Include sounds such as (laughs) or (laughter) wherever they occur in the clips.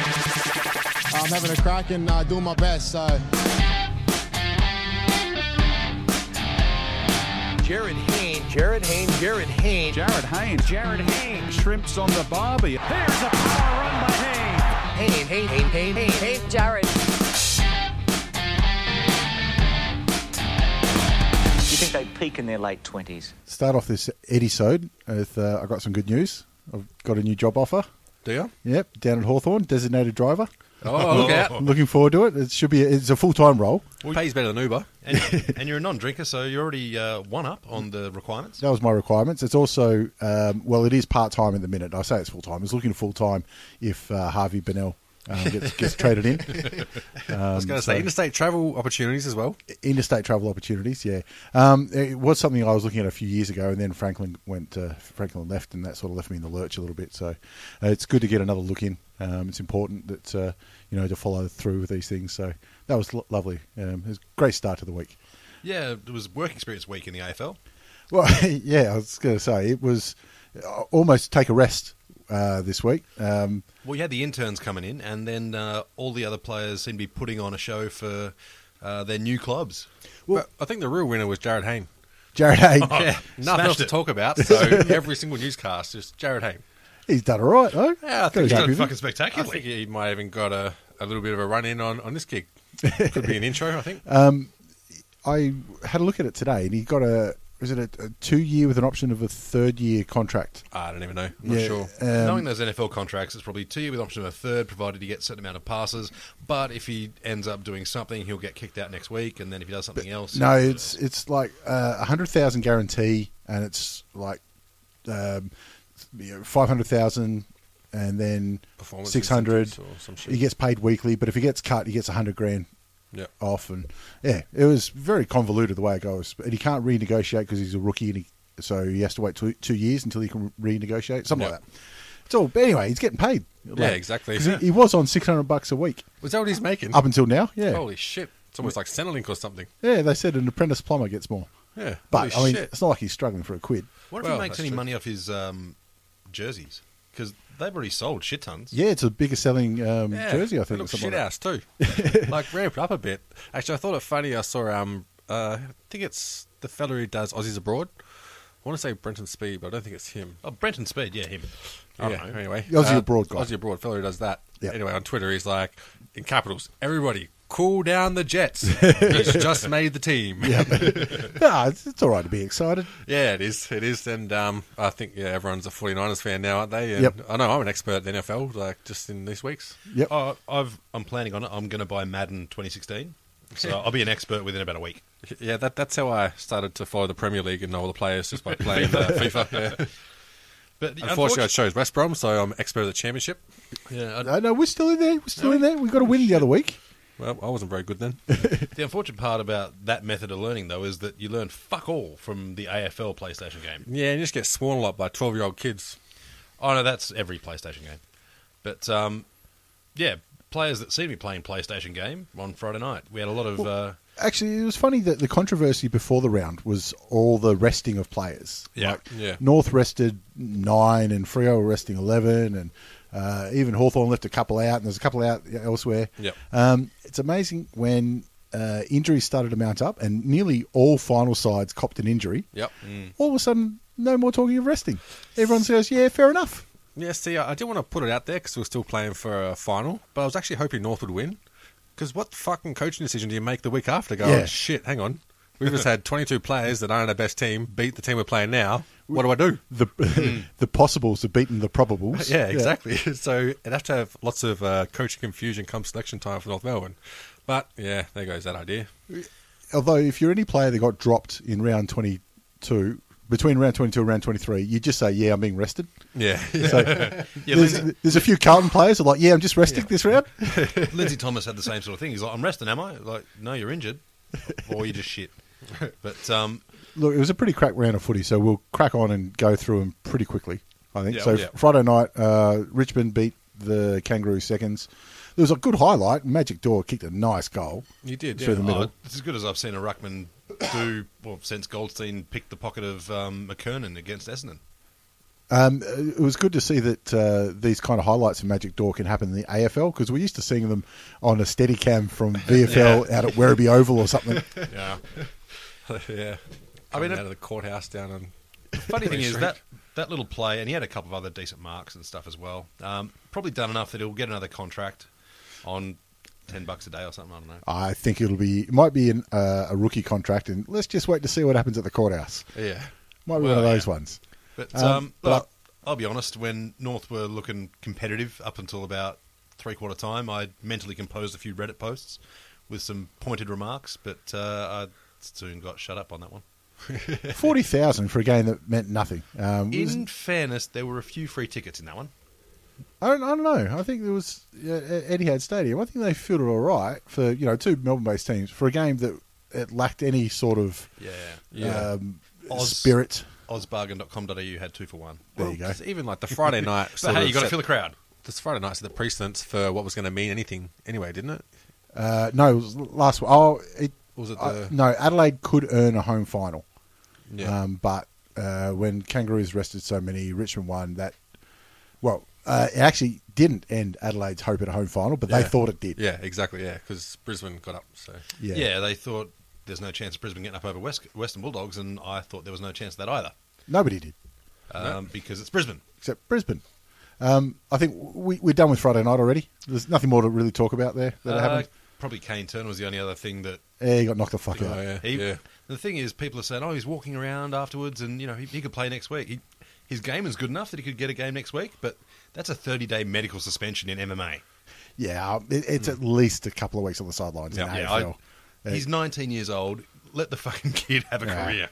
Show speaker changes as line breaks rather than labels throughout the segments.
I'm having a crack and uh, doing my best. So.
Jared Hain, Jared Hain, Jared Hain.
Jared Hain, Jared Hain. Shrimps on the barbie. There's a power run by Hain.
Hain, Hain, Hain, Hain, Hain, Hain.
Jared.
You think they peak in their late 20s?
Start off this episode with uh, I got some good news. I've got a new job offer.
Do you?
Yep, down at Hawthorn, designated driver.
Oh, look
I'm
out.
looking forward to it. It should be it's a full time role.
Pays better than Uber. And, and you're a non drinker, so you're already uh, one up on the requirements.
That was my requirements. It's also um, well, it is part time at the minute. I say it's full time. It's looking full time if uh, Harvey Bennell um, gets, gets traded in.
I was
Um,
going to say interstate travel opportunities as well.
Interstate travel opportunities, yeah. Um, it was something I was looking at a few years ago, and then Franklin went. Uh, Franklin left, and that sort of left me in the lurch a little bit. So uh, it's good to get another look in. Um, it's important that uh, you know to follow through with these things. So that was lo- lovely. Um, it was a great start to the week.
Yeah, it was work experience week in the AFL.
Well, (laughs) yeah, I was going to say it was uh, almost take a rest uh, this week. Um,
Well, you had the interns coming in, and then uh, all the other players seem to be putting on a show for uh, their new clubs.
Well-
Well, I think the real winner was Jared Hain.
Jared Hay,
(laughs) Oh, yeah, nothing else to
it.
talk about. (laughs) So every single newscast is Jared Hain.
(laughs) he's done all right though.
Yeah, I
Gotta
think
be
he's
happy
done
with him.
fucking
I
spectacularly.
think he might have even got a, a little bit of a run in on, on this gig. Could be an intro,
(laughs)
I think.
I had a look at it today, and he got a was it a, a two year with an option of a third year contract.
I don't even know. I'm not
Yeah,
sure.
um,
Knowing those NFL contracts, it's probably two year with option of a third, provided he gets a certain amount of passes. But if he ends up doing something, he'll get kicked out next week. And then if he does something else,
No, it's it's like uh, a hundred thousand guarantee, and it's like um, you know, five hundred thousand, and then
Performance
six hundred.
incentives or some shit.
He gets paid weekly, but if he gets cut, he gets a hundred grand
Yeah.
off, and yeah, it was very convoluted the way it goes. And he can't renegotiate because he's a rookie, and he, so he has to wait two, two years until he can renegotiate something
Yeah.
like that. It's all. But anyway, he's getting paid.
Yeah, Mm. exactly.
'Cause He, he was on six hundred bucks a week
Was that what he's making?
up until now. Yeah,
Holy shit. It's almost like Centrelink or something.
yeah. They said an apprentice plumber gets more.
Yeah.
But I
Holy
mean,
shit.
it's not like he's struggling for a quid.
What if
Well,
he makes
that's
any
true.
money off his um, jerseys? Because they've already sold shit tons.
Yeah, it's the biggest selling um,
Yeah,
jersey, I
they
think. or
look
something
shit
like
ass too.
(laughs)
like ramped up a bit. Actually, I thought it funny. I saw um, uh, I think it's the fella who does Aussies abroad. I want to say Brenton Speed, but I don't think it's him.
Oh, Brenton Speed, yeah, him.
I
Yeah.
don't know. Anyway, Uh,
The Aussie abroad guy.
Aussie abroad fella who does that.
Yeah.
Anyway, on Twitter, he's like in capitals. Everybody, cool down
(laughs)
the Jets. he's just made the team. (laughs) Yeah.
that. Nah, it's, it's all right to be excited.
it is. It is. And um, I think yeah, everyone's a 49ers fan now, aren't they? And
Yep.
I know I'm an expert in the NFL. Like just in these weeks.
Yep.
Oh, I've, I'm planning on it. I'm going to buy Madden 2016. So I'll be an expert within about a week.
Yeah, that, that's how I started to follow the Premier League and know all the players just by playing uh, (laughs) FIFA. Yeah.
But
Unfortunately, I chose West Brom, so I'm expert at the championship.
yeah, I-
Uh, No, no, we're still in there. We're still in there. We got a win the other week.
Well, I wasn't very good then.
the unfortunate part about that method of learning, though, is that you learn fuck all from the AFL PlayStation game.
yeah, you just get sworn a lot by 12 year old kids.
Oh, no, that's every PlayStation game. But, um, yeah, players that see me playing PlayStation game on Friday night, we had a lot of. uh,
Actually, it was funny that the controversy before the round was all the resting of players.
yeah.
Yeah.
North rested nine, and Frio were resting eleven, and uh, even Hawthorn left a couple out, and there's a couple out elsewhere.
Yep.
Um, it's amazing when uh, injuries started to mount up, and nearly all final sides copped an injury.
Yep. Mm.
All of a sudden, no more talking of resting. Everyone says, "Yeah, fair enough."
Yeah, see, I I did want to put it out there because we're still playing for a final, but I was actually hoping North would win. Because what fucking coaching decision do you make the week after? Go,
Yeah.
oh, shit, hang on. We've just (laughs) had 22 players that aren't our best team beat the team we're playing now. What do I do?
The (laughs) the possibles have beaten the probables.
Hmm. (laughs) Yeah, exactly. So it'd have to have lots of uh, coaching confusion come selection time for North Melbourne. But yeah, there goes that idea.
Although, if you're any player that got dropped in round 22, between round 22 and round 23, you just say, yeah, I'm being rested.
(laughs) Yeah.
So
Yeah,
there's,
Lindsay,
there's a few Carlton players who are like, yeah, I'm just resting this round.
(laughs) Lindsay Thomas had the same sort of thing. He's like, I'm resting, am I? Like, no, you're
(laughs)
injured, or you're just shit. But um,
Look, it was a pretty crack round of footy, so we'll crack on and go through them pretty quickly, I think.
Yeah,
so
yeah.
Friday night, uh, Richmond beat the Kangaroo seconds. There was a good highlight. Magic Door kicked a nice goal.
You did,
Through
yeah.
the middle.
oh, it's as good as I've seen a ruckman do. Well, since Goldstein picked the pocket of um, McKernan against Essendon.
Um, it was good to see that uh, these kind of highlights of Magic Door can happen in the AFL because we're used to seeing them on a steady cam
(laughs)
from VFL out at Werribee Oval or something.
Yeah, yeah.
I mean,
it-
out of the courthouse down on.
Funny thing is
Street.
that that little play, and he had a couple of other decent marks and stuff as well. Um, probably done enough that he'll get another contract on ten bucks a day or something. I don't know.
I think it'll be, it might be an, uh, a rookie contract, and let's just wait to see what happens at the courthouse.
Yeah,
Might be
Well,
one of those
yeah.
ones.
but
Um,
um,
but-
look, I'll be honest. When North were looking competitive up until about three quarter time, I mentally composed a few Reddit posts with some pointed remarks, but uh, I soon got shut up on that one.
Forty thousand for a game that meant nothing. Um, it was-
In fairness, there were a few free tickets in that one.
I don't, I don't know. I think there was uh, Etihad Stadium. I think they fielded all right for you know two Melbourne-based teams for a game that it lacked any sort of
Yeah,
Yeah.
um,
Oz-
spirit.
Uh, Ozbargain.com.au had two for one.
There you go.
'cause Even like
(laughs)
the Friday night.
But
sort
hey,
of
you got to
set-
feel the crowd.
This Friday night set the precedence for what was going to mean anything anyway, didn't it?
Uh, no, it was the last one. Oh, it,
Or was it
I-
the-
no, Adelaide could earn a home final,
Yeah.
um, but uh, when Kangaroos rested so many, Richmond won that. Well, uh, it actually didn't end Adelaide's hope at a home final, but they
Yeah.
thought it did.
yeah, exactly. Yeah, because Brisbane got up. So
Yeah. they thought there's no chance of Brisbane getting up over West, Western Bulldogs, and I thought there was no chance of that either
nobody did.
um, because it's Brisbane.
except Brisbane. Um, I think we, we're done with Friday night already. There's nothing more to really talk about there that
Uh,
happened.
Probably Kane Turner was the only other thing that
Yeah, he got knocked the fuck out.
Oh, yeah,
he.
yeah.
The thing is, people are saying, "Oh, he's walking around afterwards, and you know he, he could play next week." He, his game is good enough that he could get a game next week, but that's a 30-day medical suspension in MMA.
Yeah, it,
Hmm.
it's at least a couple of weeks on the sidelines in the
yeah,
AFL.
Uh,
I- he's 19 years old. Let the (laughs) fucking kid have a
Yeah.
career.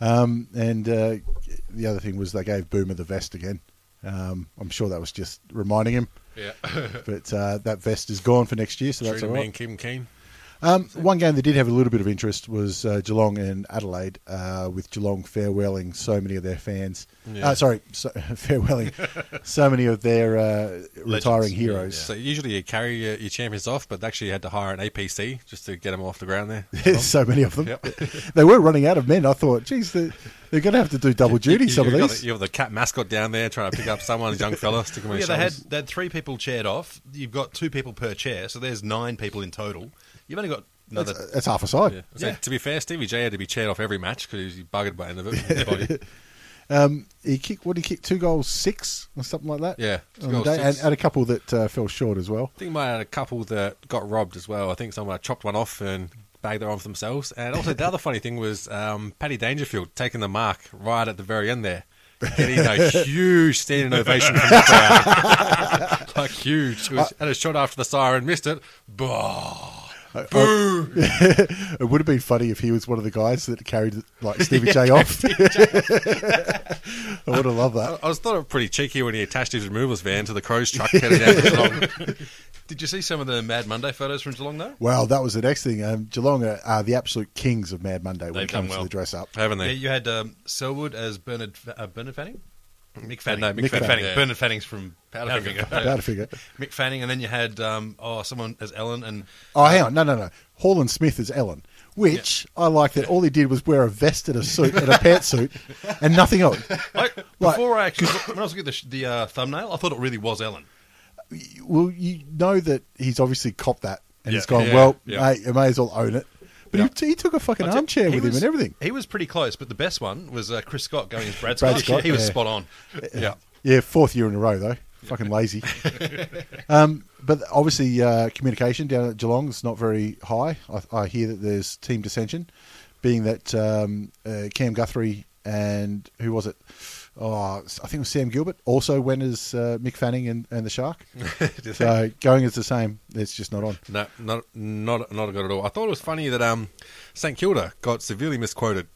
Um, and uh, the other thing was they gave Boomer the vest again. Um, I'm sure that was just reminding him,
Yeah,
(laughs) but uh, that vest is gone for next year, so that's
Treated
all
me
right.
and Kim Keane.
Um, one game that did have a little bit of interest was uh, Geelong and Adelaide, uh, with Geelong farewelling so many of their fans.
Yeah.
Uh, sorry, so, (laughs) farewelling so many of their uh, retiring heroes.
So usually you carry your, your champions off, but they actually had to hire an APC just to get them off the ground there.
(laughs) There's so many of them.
Yep.
(laughs) they were running out of men. I thought, geez, they're, they're going to have to do double duty.
(laughs) You-
some of
you've got
these.
The, you have the cat mascot down there trying to pick up someone, young fella, stick him on
yeah.
his
They had
shoulders.
they had three people chaired off. You've got two people per chair, so there's nine people in total. You've only got another.
That's, that's half a side.
Yeah. So
Yeah.
uh, to be fair, Stevie J had to be chaired off every match because he was buggered by the end
(laughs)
of it. His body.
He kicked. What did he kick? Two goals, six or something like that.
Yeah, two
on the
goals,
day, and,
six.
and a couple that uh, fell short as well.
I think might had a couple that got robbed as well. I think someone chopped one off and bagged their arm for themselves. And also the other funny thing was um, Paddy Dangerfield taking the mark right at the very end there. Getting a huge standing ovation from the crowd. (laughs) like huge. It was, had a shot after the siren, missed it. Bah. Boo!
It would have been funny if he was one of the guys that carried like Stevie J off. (laughs) I would have loved that.
I was thought it pretty cheeky when he attached his removals van to the crow's truck headed down to Geelong.
Did you see some of the Mad Monday photos from Geelong though?
Wow, that was the next thing. Um, Geelong are, are the absolute kings of Mad Monday when
They've
it comes
done
to
well.
the dress up.
Haven't
Yeah,
they?
you had um, Selwood as Bernard Fa- uh, Bernard Fanning, Mick Fanning,
Mm, uh,
(laughs)
no, Mick Fanning, yeah.
Bernard Fanning's from Powderfinger.
Powderfinger. figure.
Mick Fanning, and then you had um, oh someone as Ellen and
Oh, hang on, no, no, no. Hall and Smith is Ellen, which I like that all he did was wear a vest and a suit and a pantsuit and nothing else.
I,
(laughs) Right.
before I actually when I was looking at the, sh- the uh, thumbnail, I thought it really was Ellen.
Well, you know that he's obviously copped that and he's
Yeah.
gone.
Yeah.
Well,
Yeah.
mate, I may as well own it. But he, he took a fucking
I tell-
armchair
he
with him
was-
and everything.
He was pretty close, but the best one was uh, Chris Scott going as Brad Scott.
Brad Scott,
he was
yeah. (laughs)
spot on. Yeah.
Yeah, fourth year in a row though. Fucking
(laughs)
lazy. um, but obviously, uh, communication down at Geelong is not very high. I, I hear that there's team dissension, being that um, uh, Cam Guthrie and who was it? Oh, I think it was Sam Gilbert. Also went as uh, Mick Fanning and, and the
(laughs)
Shark. so going as the same, it's just not on.
No, not not not good at all. I thought it was funny that um, St Kilda got severely misquoted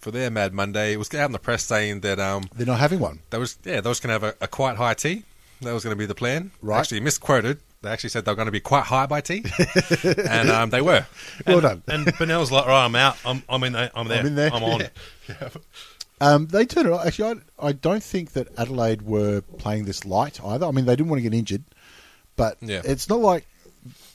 for their Mad Monday. It was out in the press saying that um,
They're not having
(laughs)
one.
they was yeah they was going to have a, a quite high tea. That was going to be the plan.
Right.
Actually misquoted. They actually said they were going to be quite high by (laughs) tea, and um, they were.
Well done.
And Benell's like, right, I'm out. I'm, I'm in there. I'm there.
in there."
I'm on.
(laughs) Yeah. Um, they turned it off. Actually, I, I don't think that Adelaide were playing this light either. I mean, they didn't want to get injured, but
Yeah.
it's not like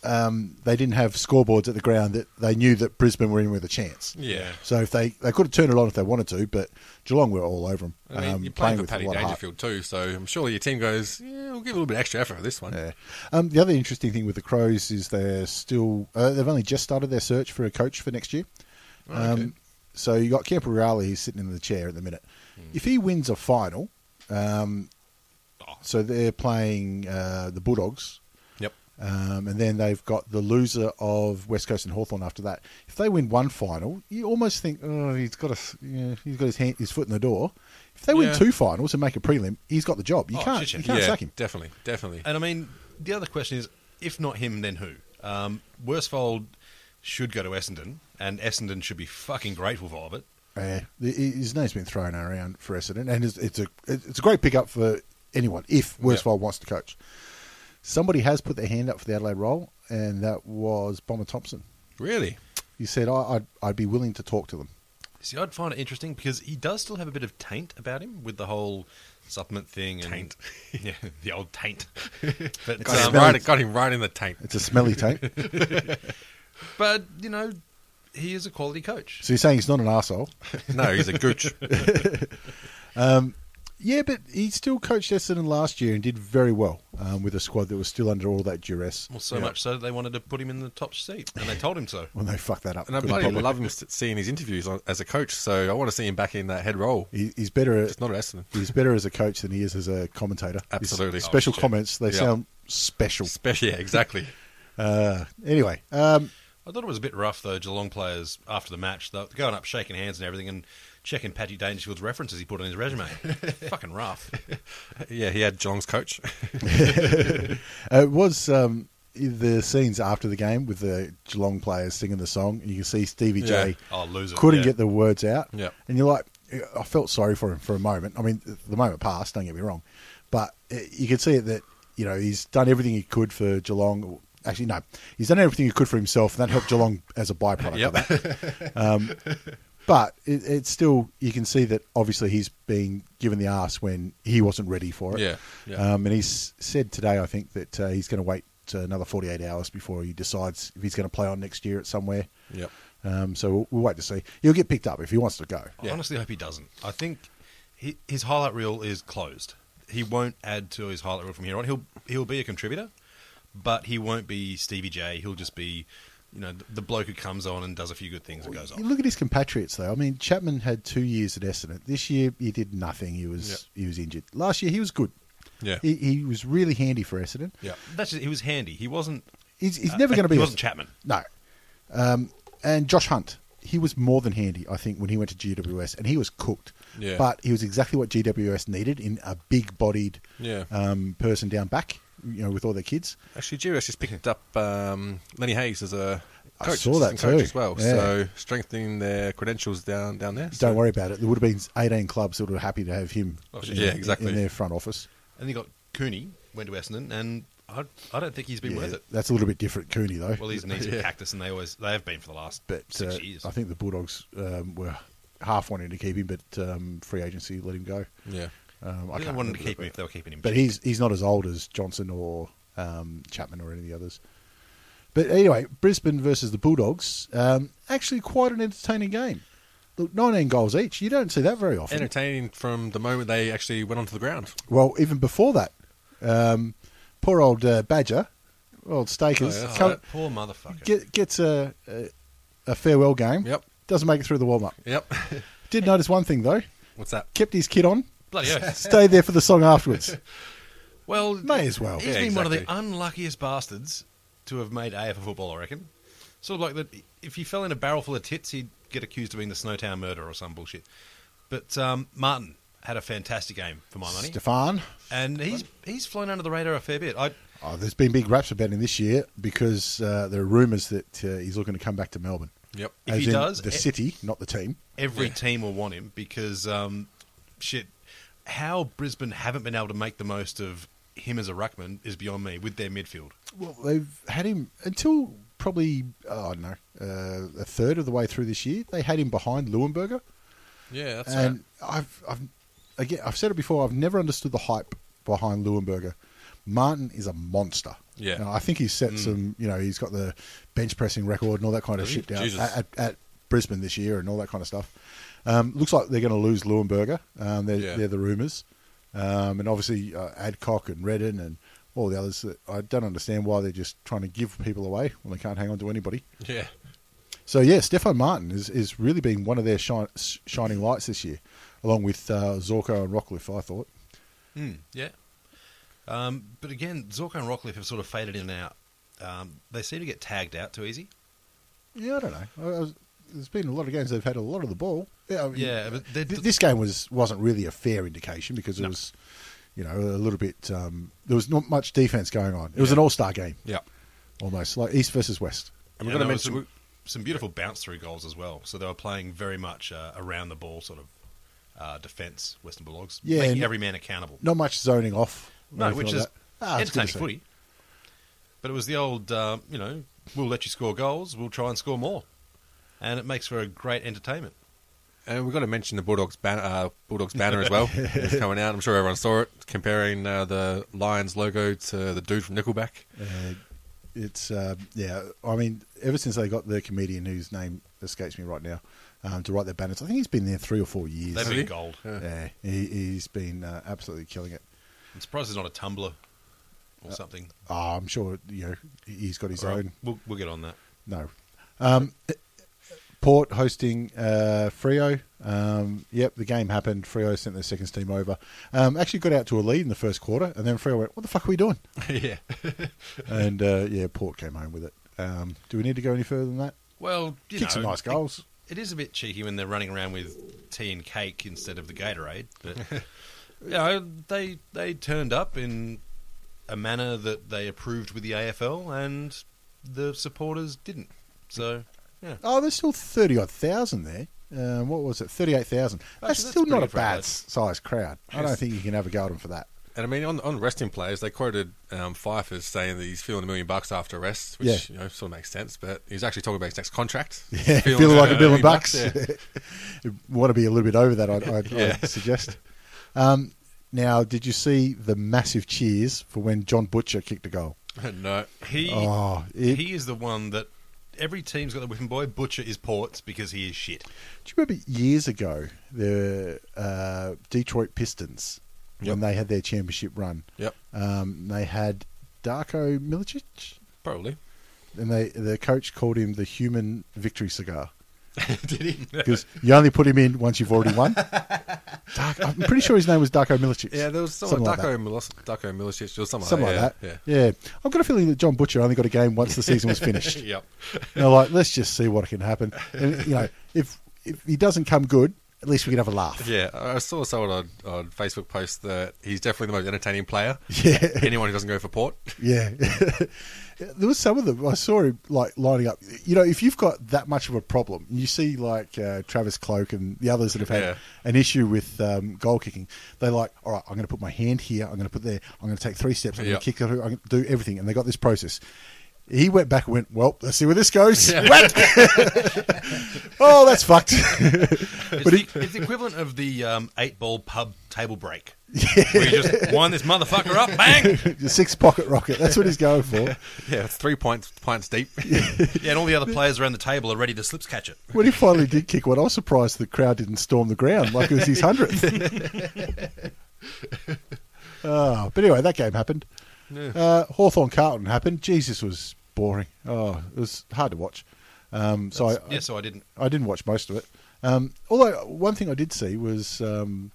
um, they didn't have scoreboards at the ground that they knew that Brisbane were in with a chance.
Yeah.
So if they they could have turned it on if they wanted to, but Geelong were all over um, them.
I mean, you're Um, playing, for Paddy Dangerfield too, so I'm sure your team goes, yeah, we'll give a little bit extra effort for this one.
Yeah. Um, the other interesting thing with the Crows is they're still uh, they've only just started their search for a coach for next year.
Oh,
Um, so you got Camper Rowley who's sitting in the chair at the minute.
Hmm.
If he wins a final, um,
Oh.
so they're playing uh, the Bulldogs,
Yep.
um, and then they've got the loser of West Coast and Hawthorn after that. If they win one final, you almost think, oh, he's got a, s- yeah, he's got his hand, his foot in the door. If they win
Yeah.
two finals and make a prelim, he's got the job. You
Oh,
can't,
shit, yeah.
you can't
yeah,
sack him.
definitely, definitely.
And I mean, the other question is, if not him, then who? Um, Worsfold should go to Essendon, and Essendon should be fucking grateful for it.
Uh, his name's been thrown around for Essendon, and it's, it's a it's a great pickup for anyone if Worsfold wants to coach. Somebody has put their hand up for the Adelaide role, and that was Bomber Thompson.
Really?
He said, I, "I'd I'd be willing to talk to them."
See, I'd find it interesting because he does still have a bit of taint about him with the whole supplement thing and
Taint.
(laughs) yeah, the old taint. but,
Got him,
um,
right, got him right in the (laughs) tank.
It's a smelly taint.
but you know, he is a quality coach.
so you're saying he's not an asshole?
No, he's a gooch.
Yeah, but he still coached Essendon last year and did very well um, with a squad that was still under all that duress.
Well, so much so that they wanted to put him in the top seat, and they told him so.
When they fucked that up,
And I
Good
bloody
problem.
love him s- seeing his interviews on, as a coach, so I want to see him back in that head role.
He, he's better. At,
It's not at Essendon.
He's better as a coach than he is as a commentator. His
Absolutely.
special
Oh, shit.
comments. They
Yeah.
sound special.
Especially, yeah, exactly. (laughs)
Uh, anyway, um,
I thought it was a bit rough though. Geelong players after the match, they were going up, shaking hands and everything, and checking Patty Dangerfield's references he put on his resume. Fucking rough.
Yeah, he had Geelong's coach.
it was um, the scenes after the game with the Geelong players singing the song. You can see Stevie J
Yeah. Oh, loser,
couldn't
yeah.
get the words out.
Yeah.
And you're like, uh, I felt sorry for him for a moment. I mean, the moment passed, don't get me wrong. But uh, you can see it that, you know, he's done everything he could for Geelong. Actually, no, he's done everything he could for himself, and that helped Geelong as a byproduct
Yep.
of that. But it, it's still, you can see that obviously he's being given the arse when he wasn't ready for it.
Yeah, yeah.
Um, and he's said today, I think, that uh, he's going to wait uh, another 48 hours before he decides if he's going to play on next year at somewhere.
(laughs) Yep.
Um, so we'll, we'll wait to see. He'll get picked up if he wants to go.
I honestly hope he doesn't. I think he, his highlight reel is closed. He won't add to his highlight reel from here on. He'll he'll be a contributor, but he won't be Stevie J. He'll just be, you know, the, the bloke who comes on and does a few good things and goes
You
on.
look at his compatriots, though. I mean, Chapman had two years at Essendon. This year, he did nothing. He was he was injured. Last year, he was good.
Yeah.
He, he was really handy for Essendon.
Yeah.
That's just, he was handy. He wasn't.
He's, he's
uh,
never going to be.
He
a-
wasn't Chapman.
No. Um, and Josh Hunt, he was more than handy, I think, when he went to GWS, and he was cooked.
Yeah.
But he was exactly what GWS needed in a big-bodied
Yeah.
um, person down back, you know, with all their kids.
Actually, GWS just picked up um, Lenny Hayes as a
I
coach,
saw that
assistant coach
too.
as well.
Yeah.
So strengthening their credentials down down there. So-
Don't worry about it. There would have been 18 clubs that were happy to have him
yeah,
in-
exactly.
in their front office.
And he got Cooney went to Essendon, and I, I don't think he's been
Yeah,
worth it.
That's a little bit different, Cooney, though.
Well,
(laughs)
his knees are cactus, and they always they have been for the last
but
six
uh,
years.
I think the Bulldogs um, were half wanting to keep him, but um, free agency let him go.
Yeah.
Um, I
I
can't
wanted
remember
to
the-
keep him if they were keeping him.
But he's he's not as old as Johnson or um, Chapman or any of the others. But anyway, Brisbane versus the Bulldogs. Um, actually, quite an entertaining game. Look, 19 goals each. You don't see that very often.
Entertaining from the moment they actually went onto the ground.
well, even before that, um, poor old uh, Badger, old Stakers,
Oh, yeah, that's
come-
That poor motherfucker.
get, gets a, a, a farewell game.
Yep.
Doesn't make it through the warm up.
Yep.
Did notice one thing, though.
What's that?
Kept his kid on,
Bloody
(laughs)
oath.
stayed there for the song afterwards.
Well,
May as well.
He's
Yeah,
been one of the
exactly.
unluckiest bastards to have made A for football, I reckon. Sort of like that. If he fell in a barrel full of tits, he'd get accused of being the Snowtown murderer or some bullshit. But um, Martin had a fantastic game for my (laughs) money,
Stefan.
and he's he's flown under the radar a fair bit. I
Oh, there's been big raps about him this year because uh, there are rumours that uh, he's looking to come back to Melbourne.
Yep.
If
As
he
in
does,
the
e-
city, not the team.
every team will want him because um, shit, how Brisbane haven't been able to make the most of him as a ruckman is beyond me with their midfield.
Well, they've had him until probably oh, I don't know uh, a third of the way through this year. They had him behind Lewinberger,
Yeah, that's right.
and I've, I've again I've said it before. I've never understood the hype behind Lewinberger. Martin is a monster.
Yeah. Mm.
Now, I think he's set some. You know, he's got the bench pressing record and all that kind of
Does he?
shit down
Jesus.
at, at, at Brisbane this year and all that kind of stuff. Um, looks like they're going to lose Lewinberger. Um, they're,
Yeah.
they're the rumours, um, and obviously uh, Adcock and Redden and all the others. That I don't understand why they're just trying to give people away when they can't hang on to anybody.
Yeah.
So yeah, Stefan Martin is, is really being one of their shi- s shining lights this year, along with uh, Zorko and Rockcliffe. I thought.
Yeah. Um, but again, Zorko and Rockcliffe have sort of faded in and out. Um, they seem to get tagged out too easy.
Yeah, I don't know. I, I was, there's been a lot of games they've had a lot of the ball. Yeah, I mean,
Yeah, but they're-
th- this game was wasn't really a fair indication because it was, you know, a little bit. Um, there was not much defense going on. It was an all star game
Yep.
almost, like East versus West.
And we're
And
going to
there was
mention.
some, some beautiful bounce through goals as well. So they were playing very much uh, around the ball sort of uh, defence, Western Bulldogs,
Yeah,
making
and-
every man accountable.
Not much zoning off. or
No,
anything
which
like
is
that. Ah, it's good to
entertaining
see.
footy. But it was the old, uh, you know, we'll let you score goals, we'll try and score more. And it makes for a great entertainment.
And we've got to mention the Bulldogs banner, uh, Bulldogs banner
(laughs)
as well. it's coming out. I'm sure everyone saw it. Comparing uh, the Lions logo to the dude from Nickelback.
Uh, it's uh, yeah. I mean, ever since they got the comedian whose name escapes me right now um, to write their banners, I think he's been there three or four years.
They've
Really?
been gold.
yeah, he, he's been uh, absolutely killing it.
I'm surprised there's not a tumbler or something.
Oh, I'm sure you know he's got his
All right,
own.
we'll, we'll get on that.
No, um, Port hosting uh, Frio. Um, yep, the game happened. Frio sent their seconds team over. Um, actually got out to a lead in the first quarter, and then Frio went, "What the fuck are we
(laughs)
doing?" (laughs)
yeah.
and uh, yeah, Port came home with it. Um, do we need to go any further than that?
Well, you
Kick some
know,
nice goals.
It is a bit cheeky when they're running around with tea and cake instead of the Gatorade, but you know, they they turned up in a manner that they approved with the AFL, and the supporters didn't. So yeah,
Oh, there's still thirty odd thousand there. Um, what was it? Thirty-eight thousand. That's,
that's
still not a
pretty
bad
impressive.
s- sized crowd. I don't think you can have a go at them for that.
And I mean, on, on resting players, they quoted um, Fife as saying that he's feeling a million bucks after rest, which
Yeah.
you know sort of makes sense. But he's actually talking about his next contract.
(laughs)
uh,
Yeah, feeling, like a billion bucks.
yeah.
(laughs) Want to be a little bit over that? I'd, I'd,
Yeah.
I'd suggest. Um, now, did you see the massive cheers for when John Butcher kicked a goal?
(laughs) no,
he
Oh, it-
he is the one that every team's got the whipping boy. Butcher is Ports because he
(laughs)
is shit.
Do you remember years ago the uh, Detroit Pistons when
Yep.
they had their championship run?
Yep.
Um, they had Darko Milicic.
probably.
and they the coach called him the human victory
(laughs)
cigar
Did he?
because you only put him in once you've already
(laughs)
won. Dark, I'm pretty sure his name was Darko Milicic.
Yeah, there was someone
Something like
Darko Milos, Darko Milicic or something,
Something
like,
like
that.
that. Yeah. I've got a feeling that John Butcher only got a game once the season was finished.
(laughs) Yeah. Yep.
They're like, let's just see what can happen. And, you know, if if he doesn't come good, at least we can have a laugh.
Yeah, I saw someone on, on Facebook post that he's definitely the most entertaining player.
(laughs) (laughs) Yeah.
Anyone who doesn't go
(laughs)
for Port.
Yeah. there was some of them I saw him like lining up. You know, if you've got that much of a problem, you see like uh, Travis Cloak and the others that have had
Yeah.
an issue with um, goal kicking. They're like, all right, I'm going to put my hand here. I'm going to put there. I'm going to take three steps. I'm
Yep.
going to kick it. I'm going to do everything. And they got this process. He went back and went, well, let's see where this goes.
Yeah.
(laughs)
(laughs)
Whack! oh, that's fucked.
It's, the, it's the equivalent of the um, eight ball pub
(laughs)
table break. Where you just wind this motherfucker up, bang!
Six pocket rocket. That's what he's going for.
(laughs) Yeah, it's three points pints
(laughs)
deep.
Yeah, and all the other players around the table are ready to slips catch it.
When he finally did kick one, I was surprised the crowd didn't storm the ground like it was his
(laughs)
hundredth. oh, but anyway, that game happened. Uh, Hawthorne Carlton happened. Jesus was boring. Oh, it was hard to watch. Um, so I,
Yeah, so I didn't.
I didn't watch most of it. Um, although one thing I did see was um,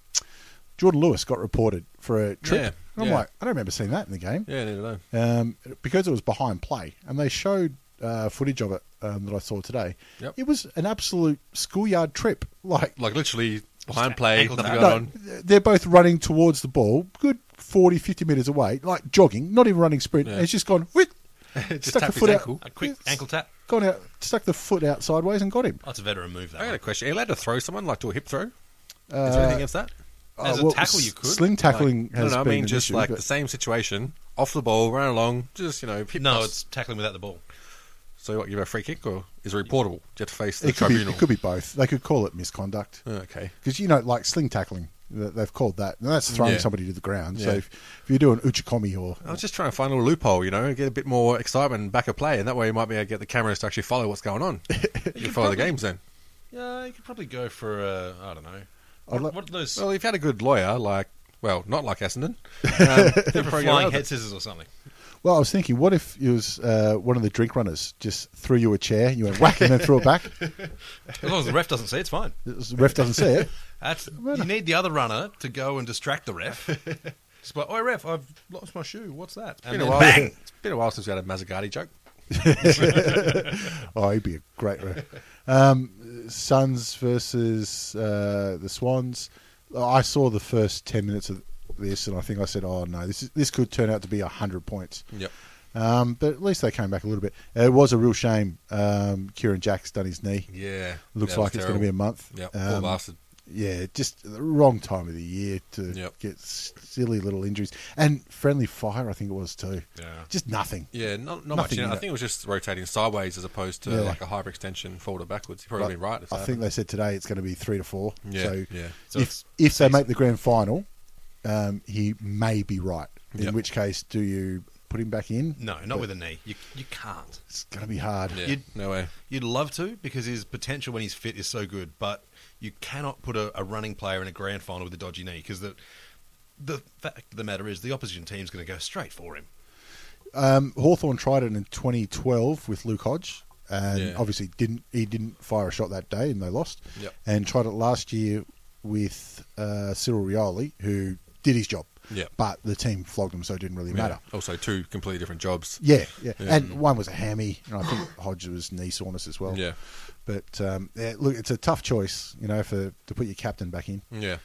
Jordan Lewis got reported for a trip.
Yeah,
And I'm
yeah.
like, I don't remember seeing that in the game
yeah, neither do I.
um, because it was behind play, and they showed uh, footage of it um, that I saw today.
Yep.
It was an absolute schoolyard trip. Like,
Like literally behind play,
ankle
nothing
tap.
going
no,
on.
they're both running towards the ball, good 40, 50 metres away, like jogging, not even running sprint.
Yeah.
(laughs)
and it's just gone, whip,
Just
stuck
tap
a
his
foot out.
ankle.
A quick
It's-
ankle tap.
gone out, stuck the foot out sideways and got him.
That's a veteran move, that
I got
one.
a question. Are you allowed to throw someone like to a hip throw?
Uh,
Is there anything against that?
As a tackle,
s-
you could.
Uh, Sling tackling
No,
has
no, I
been
mean
an
just
issue,
like
but-
the same situation, off the ball, run along, just you know. Hip
No,
toss.
it's tackling without the ball.
so what? Give a free kick or is it reportable? Do you have to face the
it could, be,
tribunal?
it could be both. They could call it misconduct.
Oh, okay.
Because, you know, like sling tackling, th- they've called that. And that's throwing
Yeah.
somebody to the ground. So
Yeah.
if, if you're doing uchikomi or.
I was just trying to find a little loophole, you know, get a bit more excitement and back a play, and that way you might be able to get the cameras to actually follow what's
(laughs)
going on. you follow the games then.
Yeah, you could probably go for, uh, I don't know.
I'd
What,
like-
what are those
Well, you've had a good lawyer, like, well, not
(laughs)
like Essendon. Um, they're probably "Oh,
flying
allowed
head
it.
scissors or something?
Well, I was thinking, what if it was uh, one of the drink runners just threw you a chair, you went whack, and then threw it
(laughs)
back?
As long as the ref doesn't see, it's fine.
The ref doesn't see it.
That's, you need the other runner to go and distract the
(laughs)
ref. Just like, oh, ref, I've lost my shoe. What's that?
Been
And
a
then
while-
bang!
It's been a while since we had a Mazzagatti joke.
Oh, he'd be a great ref. Um, Suns versus uh, the Swans. I saw the first ten minutes of this, and I think I said, "Oh no, this is, this could turn out to be hundred points."
Yep.
Um, but at least they came back a little bit. It was a real shame. Um, Kieran Jack's done his knee.
Yeah.
Looks
that was
like it's going to be a
terrible.
month.
Yep.
Um,
Poor bastard.
yeah, just the wrong time of the year to
Yep.
get s- silly little injuries and friendly fire. I think it was too.
Yeah.
Just nothing.
Yeah, not, not much.
Nothing
You know,
in
I
it.
think it was just rotating sideways as opposed to
Yeah.
like a hyperextension forward or backwards. You're probably
But
right. If
I
that
think
happened.
they said today it's going to be three to four.
Yeah,
so
yeah.
So
if
it's
if they make the grand final, um, he may be right. In
Yep.
which case, do you put him back in?
No, not with a knee. You, you can't.
It's going to be hard.
Yeah,
you'd-
no way.
You'd love to because his potential when he's fit is so good, but you cannot put a, a running player in a grand final with a dodgy knee because the the fact of the matter is the opposition team's going to go straight for him.
Um, Hawthorne tried it in 2012 with Luke Hodge, and
Yeah.
obviously didn't he didn't fire a shot that day, and they lost.
Yep.
And tried it last year with uh, Cyril Rioli, who did his job.
Yep.
But the team flogged him, so it didn't really matter.
Yeah. Also, two completely different jobs.
Yeah, yeah,
Yeah.
And one was a hammy, and I think Hodge was knee soreness as well.
Yeah.
But um, yeah, look, it's a tough choice, you know, for to put your captain back in.
Yeah.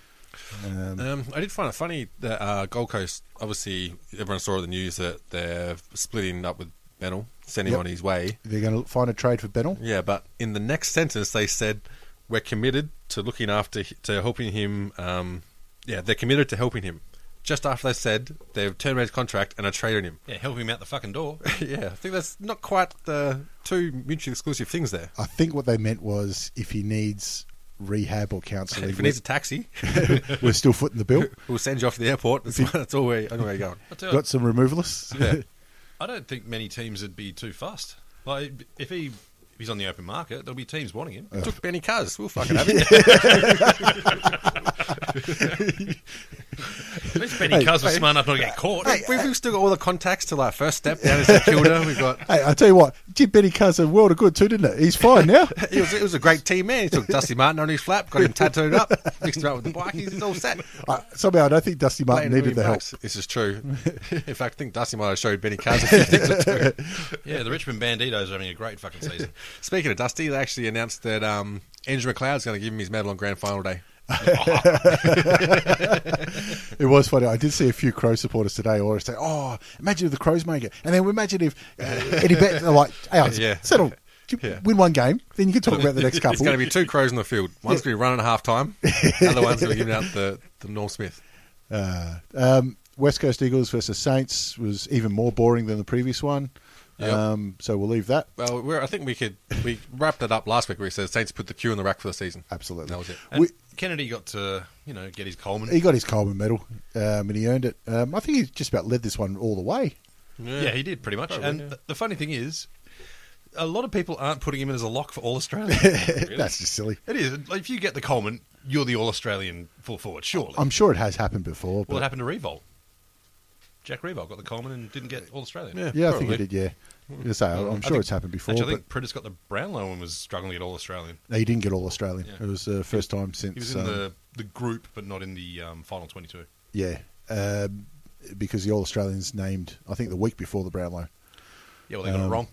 Um,
Um, I did find it funny that uh, Gold Coast, obviously, everyone saw the news that they're splitting up with Bennell, sending
Yep.
him on his way.
they're going to find a trade for Bennell.
Yeah, but in the next sentence, they said, We're committed to looking after, to helping him. Um, yeah, they're committed to helping him. Just after they said they've terminated his contract and are trading him.
Yeah, help him out the fucking door.
(laughs) yeah, I think that's not quite the two mutually exclusive things there.
I think what they meant was if he needs rehab or counselling,
If he needs a taxi, (laughs)
we're, (laughs) we're still footing the bill.
we'll send you off to the airport. (laughs) That's, that's all where, anywhere you're going.
I, tell you
Got some removalists.
Yeah.
I don't think many teams would be too fussed. Like if he if he's on the open market, there'll be teams wanting him.
Took Benny Cuz. We'll fucking (laughs) have it.
At least Benny Cuz was smart enough not to get caught.
Hey, we've, we've still got all the contacts to like first step down in St Kilda. We've got.
(laughs) Hey, I tell you what, did Benny Cuz a world of good too, didn't it? He's
(laughs)
fine now.
It was, it was a great team, man. He took Dusty Martin on his flap, got him tattooed up, mixed him up with the bike. He's all set.
I, somehow, I don't think Dusty Martin
Playing a
needed the
million
help.
bucks. This
(laughs)
is true. In fact, I think Dusty might have showed Benny Cars a few things or two.
(laughs) Yeah, the Richmond Bandidos are having a great fucking season.
(laughs) Speaking of Dusty, they actually announced that um, Andrew McLeod's going to give him his medal on grand final day.
It was funny. I did see a few Crow supporters today always say, "Oh, imagine if the Crows make it," and then imagine if uh,
(laughs)
Eddie Betts are like, "Hey, Alex,
Yeah.
settle, You win one game, then you can talk about the
(laughs)
next
There's
couple."
going to be two crows in the field. One's going to be running at half time, the other one's going to be giving out the, the Norm Smith.
Uh, um, West Coast Eagles versus Saints was even more boring than the previous one.
Yep.
Um, so we'll leave that.
Well, we're, I think we could we wrapped it up last week where he says Saints put the queue in the rack for the season.
Absolutely.
That was it.
And
Uh, We-
Kennedy got to you know get his Coleman.
he got his Coleman medal, um, and he earned it. Um, I think he just about led this one all the way.
Yeah, he did pretty much. and th- the funny thing is, a lot of people aren't putting him in as a lock for All (laughs) Australia.
(laughs) That's just silly.
it is. Like, If you get the Coleman, you're the All Australian full forward, surely.
I'm sure it has happened before. But
well, it happened to Revolt. Jack Revolt got the Coleman and didn't get All Australian.
Yeah.
yeah, I
probably.
think it did. Yeah, I'm, gonna say, I'm
I
sure
think-
it's happened before.
Actually, I
but-
think Prittis got the Brownlow and was struggling to get All Australian.
No, he didn't get all Australian. It
Yeah.
was the first time since.
He was in
um,
the, the group, but not in the um, final 22.
yeah, um, because the All Australians named I think the week before the Brownlow.
Yeah, well, they got it wrong.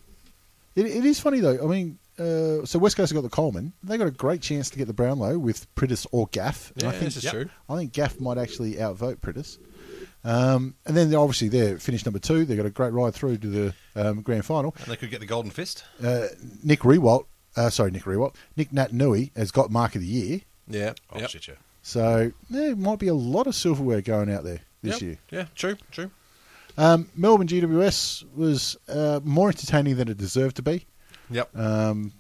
It, it is funny though. I mean, uh, so West Coast have got the Coleman. They got a great chance to get the Brownlow with Prittis or Gaff. And I
Yeah,
think
this is true.
I think Gaff might actually outvote Prittis. Um, and then they're obviously they're finished number two. They got a great ride through to the um, grand final.
And they could get the golden fist. (laughs)
Uh, Nick Rewalt, uh, sorry, Nick Rewalt, Nick Natnui has got Mark of the Year.
Yeah.
Oh
yep.
shit, yeah.
So there might be a lot of silverware going out there this
Yep.
year.
Yeah, true, true.
Um, Melbourne GWS was uh, more entertaining than it deserved to be.
Yep.
Um,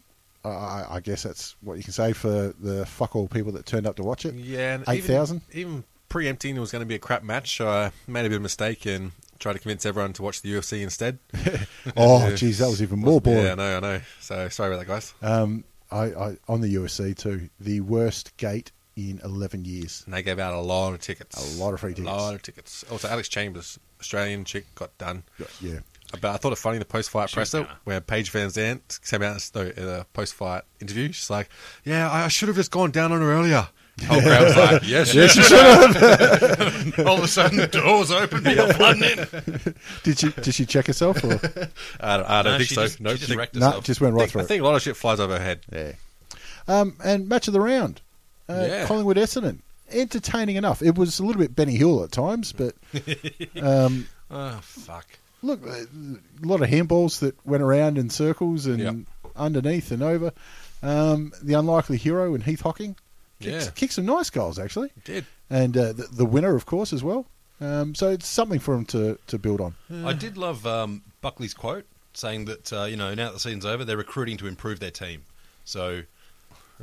I- I, I guess that's what you can say for the fuck all people that turned up to watch it.
yeah. and
eight
even- (laughs)
thousand.
Even preempting it was going to be a crap match, so I made a bit of a mistake and tried to convince everyone to watch the UFC instead. (laughs)
Oh, geez, that was even more boring.
Yeah, I know, I know. So sorry about that, guys.
Um, I, I on the USC too. The worst gate in eleven years.
and they gave out a lot of tickets.
A lot of free tickets.
A lot of tickets. Also, Alex Chambers, Australian chick, got done. Uh,
Yeah,
But I thought it funny the post fight presser
done.
where Paige Van Zant came out no, in a post fight interview. She's like, "Yeah, I I should have just gone down on her earlier."
(laughs)
Oh, Graham's like, "Yes, yes, you should."
All of a sudden, the doors open, people flooding in.
did she did she check herself
(laughs)
or
I don't, I don't
No,
think
she
so.
just-
no,
she just
I think-
wrecked
no?
herself.
just went right
I
through.
think a lot of shit flies over her head.
it. Yeah. Um, and match of the round, uh,
Yeah.
Collingwood Essendon. Entertaining enough. It was a little bit Benny Hill at times,
(laughs)
but
Oh fuck!
look, uh, a lot of handballs that went around in circles and
Yep.
underneath and over. Um, the unlikely hero in Heath Hocking kicked,
Yeah.
kicked some nice goals actually,
Did
and uh, the, the winner of course as well. Um, so it's something for him to, to build on.
I did love um, Buckley's quote saying that uh, you know now that the season's over, they're recruiting to improve their team. So,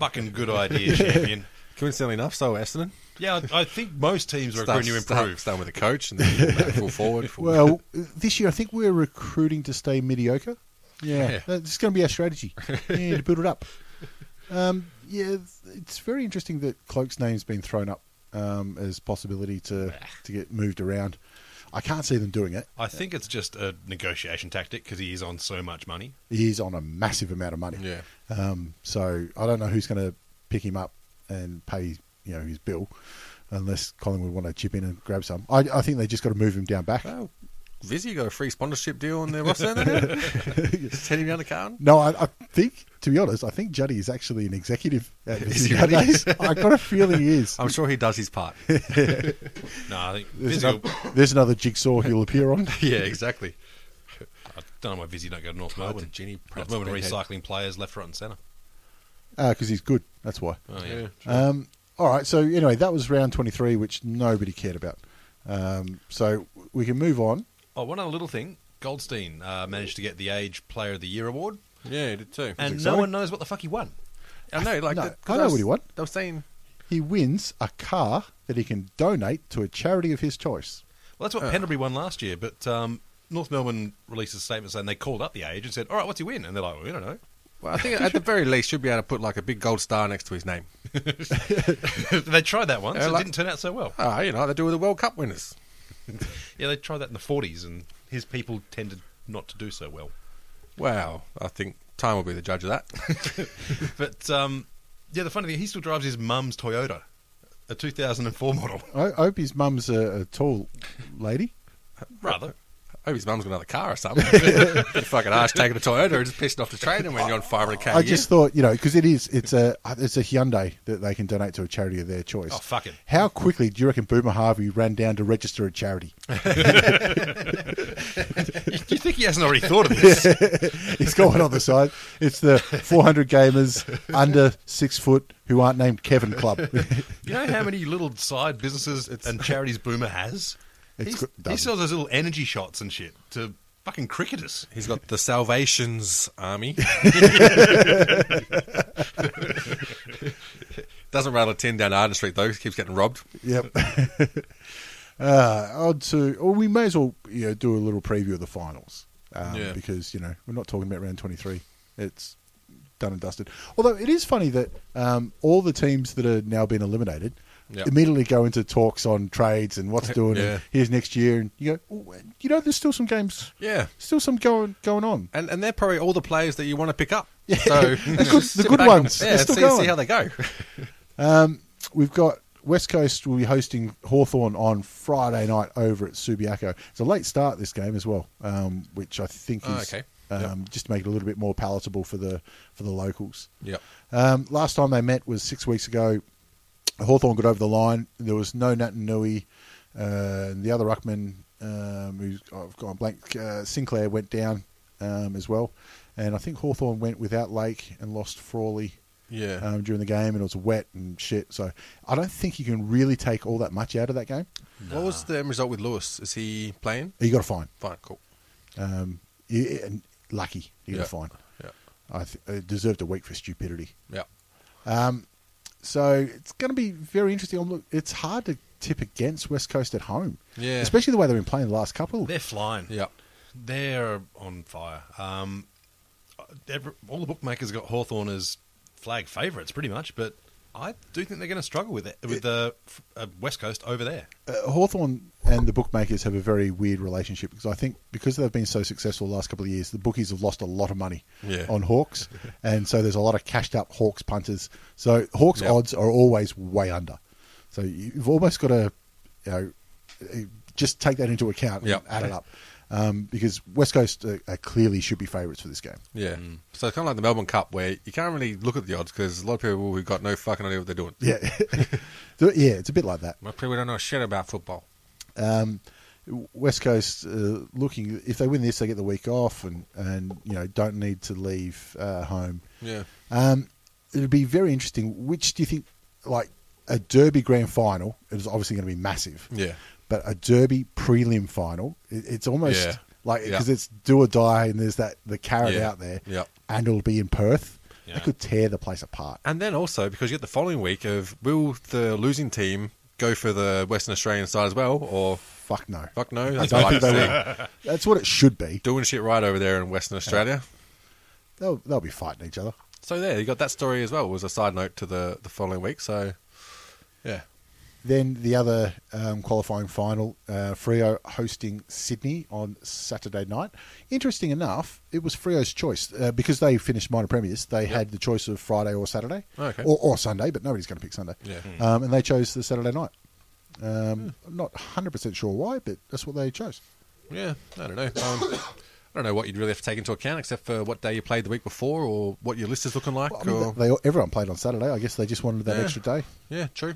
fucking good idea, champion.
coincidentally enough, so Essendon
Yeah, I, I think most teams are
Start-
recruiting to
start-
improve.
starting with a coach and then full forward. Full (laughs)
Well, this year I think we're recruiting to stay mediocre. Yeah,
Yeah.
that's going to be our
(laughs)
strategy yeah, to build it up. Um, yeah, it's very interesting that Cloak's name's been thrown up um, as possibility to
Ah.
to get moved around. I can't see them doing it.
I think it's just a negotiation tactic because he is on so much money.
He is on a massive amount of money.
Yeah.
Um, so I don't know who's going to pick him up and pay you know his bill, unless Collingwood want to chip in and grab some. I, I think they just got to move him down back.
Well, Vizzy got a free sponsorship deal on their roster. now. (laughs) Just heading down the Carlton.
No, I, I think, to be honest, I think Juddy is actually an executive at
Is
Vizzy
he really?
nowadays.
(laughs)
I got a feeling he is.
I'm sure he does his part.
No, I think
There's,
Vizzy.
another,
will-
there's another jigsaw
(laughs)
he'll appear on.
(laughs)
yeah, exactly.
I don't know why Vizzy don't go to North
God,
Melbourne.
the Ginny Pratt's
North Melbourne
big head.
recycling players left, right, and centre.
Because uh, he's good. That's why.
Oh yeah.
Um, all right. So, anyway, that was round 23, which nobody cared about. Um, so, we can move on.
Oh, one other little thing. Goldstein uh, managed to get the Age Player of the Year award,
Yeah, he did too.
and no
exciting.
one knows what the fuck he won.
I know, like,
No,
the- 'cause
I know
was-
what he won.
I was saying,
He wins a car that he can donate to a charity of his choice.
Well, that's
Oh.
what Pendlebury won last year, but um, North Melbourne released a statement saying they called up the Age and said, "All right, what's he win?" And they're like, "Well, "We don't know." (laughs)
well, I think at the very least should be able to put like a big gold star next to his name.
they tried that once;
Yeah,
it
like-
didn't turn out so well.
Ah, you know, they do with the World Cup winners.
Yeah, they tried that in the '40s, and his people tended not to do so well.
Wow, I think time will be the judge of that. (laughs)
(laughs) But um, yeah, the funny thing, he still drives his mum's Toyota, a 2004 model,
I I hope his mum's a, a tall lady.
rather.
I hope his mum's got another car or something. (laughs) Get fucking arse taking a Toyota and just pissing off the train and when you're on 500k.
I
(laughs)
just thought, you know, because it is, it's a, it's a Hyundai that they can donate to a charity of their choice.
Oh, fuck it.
How quickly do you reckon Boomer Harvey ran down to register a charity? (laughs)
Do you think he hasn't already thought of this?
He's got one on the side. It's the 400
(laughs)
gamers under six foot who aren't named Kevin Club. (laughs)
You know how many little side businesses and charities Boomer has?
It's
He's-
got-
he
dozens.
sells those little energy shots and shit to fucking cricketers.
He's got the Salvation's Army. Doesn't rattle a tin down Arden Street though. 'cause he keeps getting robbed.
yep. (laughs) Uh, on to, or we may as well you know, do a little preview of the finals um,
Yeah.
because, you know, we're not talking about round 23. It's done and dusted. Although it is funny that um, all the teams that are now been eliminated
Yep.
immediately go into talks on trades and
(laughs)
what's doing
Yeah.
and here's next year. And you go, "Oh, you know, there's still some games,
Yeah.
still some going going on.
And and they're probably all the players that you want to pick up. So
The good- the
sit
good
back and-
ones.
Yeah,
They're still
see,
going.
see how they go.
We've got West Coast will be hosting Hawthorn on Friday night over at Subiaco. It's a late start this game as well, um, which I think is
Oh, okay. Yep.
um, just to make it a little bit more palatable for the for the locals.
Yep.
Um, last time they met was six weeks ago. Hawthorn got over the line. There was no Nat Nui. Uh, the other ruckman, um, who's I've gone blank, uh, Sinclair went down um, as well, and I think Hawthorn went without Lake and lost Frawley
Yeah.
um, during the game, and it was wet and shit. So I don't think you can really take all that much out of that game.
What was the end result with Lewis? Is he playing?
You got to find
Fine, cool.
um, you- and lucky. You got to
Yeah.
find.
Yeah.
I th- it deserved a week for stupidity.
Yeah.
So it's going to be very interesting. I'm look, it's hard to tip against West Coast at home.
Yeah.
Especially the way they've been playing the last couple.
They're flying.
Yeah.
They're on fire. Um, every, all the bookmakers got Hawthorn as flag favourites, pretty much, but I do think they're going to struggle with it, with the uh, West Coast over there.
Uh, Hawthorn and the bookmakers have a very weird relationship because I think because they've been so successful the last couple of years, the bookies have lost a lot of money
Yeah.
on
(laughs)
Hawks. and so there's a lot of cashed up Hawks punters. So Hawks
Yeah.
odds are always way under. So you've almost got to you know, uh, just take that into account and
Yeah.
add it up. Um, because West Coast uh, are clearly should be favourites for this game.
Yeah. So it's kind of like the Melbourne Cup where you can't really look at the odds because a lot of people who've got no fucking idea what they're doing.
Yeah. (laughs) So, yeah, it's a bit like that.
Most people don't know shit about football.
West Coast uh, looking if they win this, they get the week off and and you know don't need to leave uh, home.
Yeah.
Um, it'll be very interesting. Which do you think? Like a Derby Grand Final is obviously going to be massive.
Yeah.
But a Derby prelim final, it, it's almost
Yeah.
like
Yeah.
because it's do or die, and there's that the carrot
Yeah.
out there,
Yeah.
and it'll be in Perth.
Yeah.
That could tear the place apart.
And then also because you get the following week of will the losing team go for the Western Australian side as well or
Fuck no.
fuck no?
I
That's
don't
what
think
I
they
see. (laughs)
will. That's what it should be.
Doing shit right over there in Western Australia.
They'll they'll be fighting each other.
So there, you got that story as well. Was a side note to the the following week. So yeah,
Then the other um, qualifying final, uh, Frio hosting Sydney on Saturday night. Interesting enough, it was Frio's choice uh, because they finished minor premiers. They had the choice of Friday or Saturday,
Okay.
or, or Sunday, but nobody's going to pick Sunday.
Yeah. Hmm.
Um, and they chose the Saturday night. Um, I'm not 100% sure why, but that's what they chose.
yeah. I don't know. Um, (coughs) I don't know what you'd really have to take into account except for what day you played the week before or what your list is looking like.
Well, I mean,
or,
they, everyone played on Saturday. I guess they just wanted that Mm.
Yeah.
extra day.
yeah, true.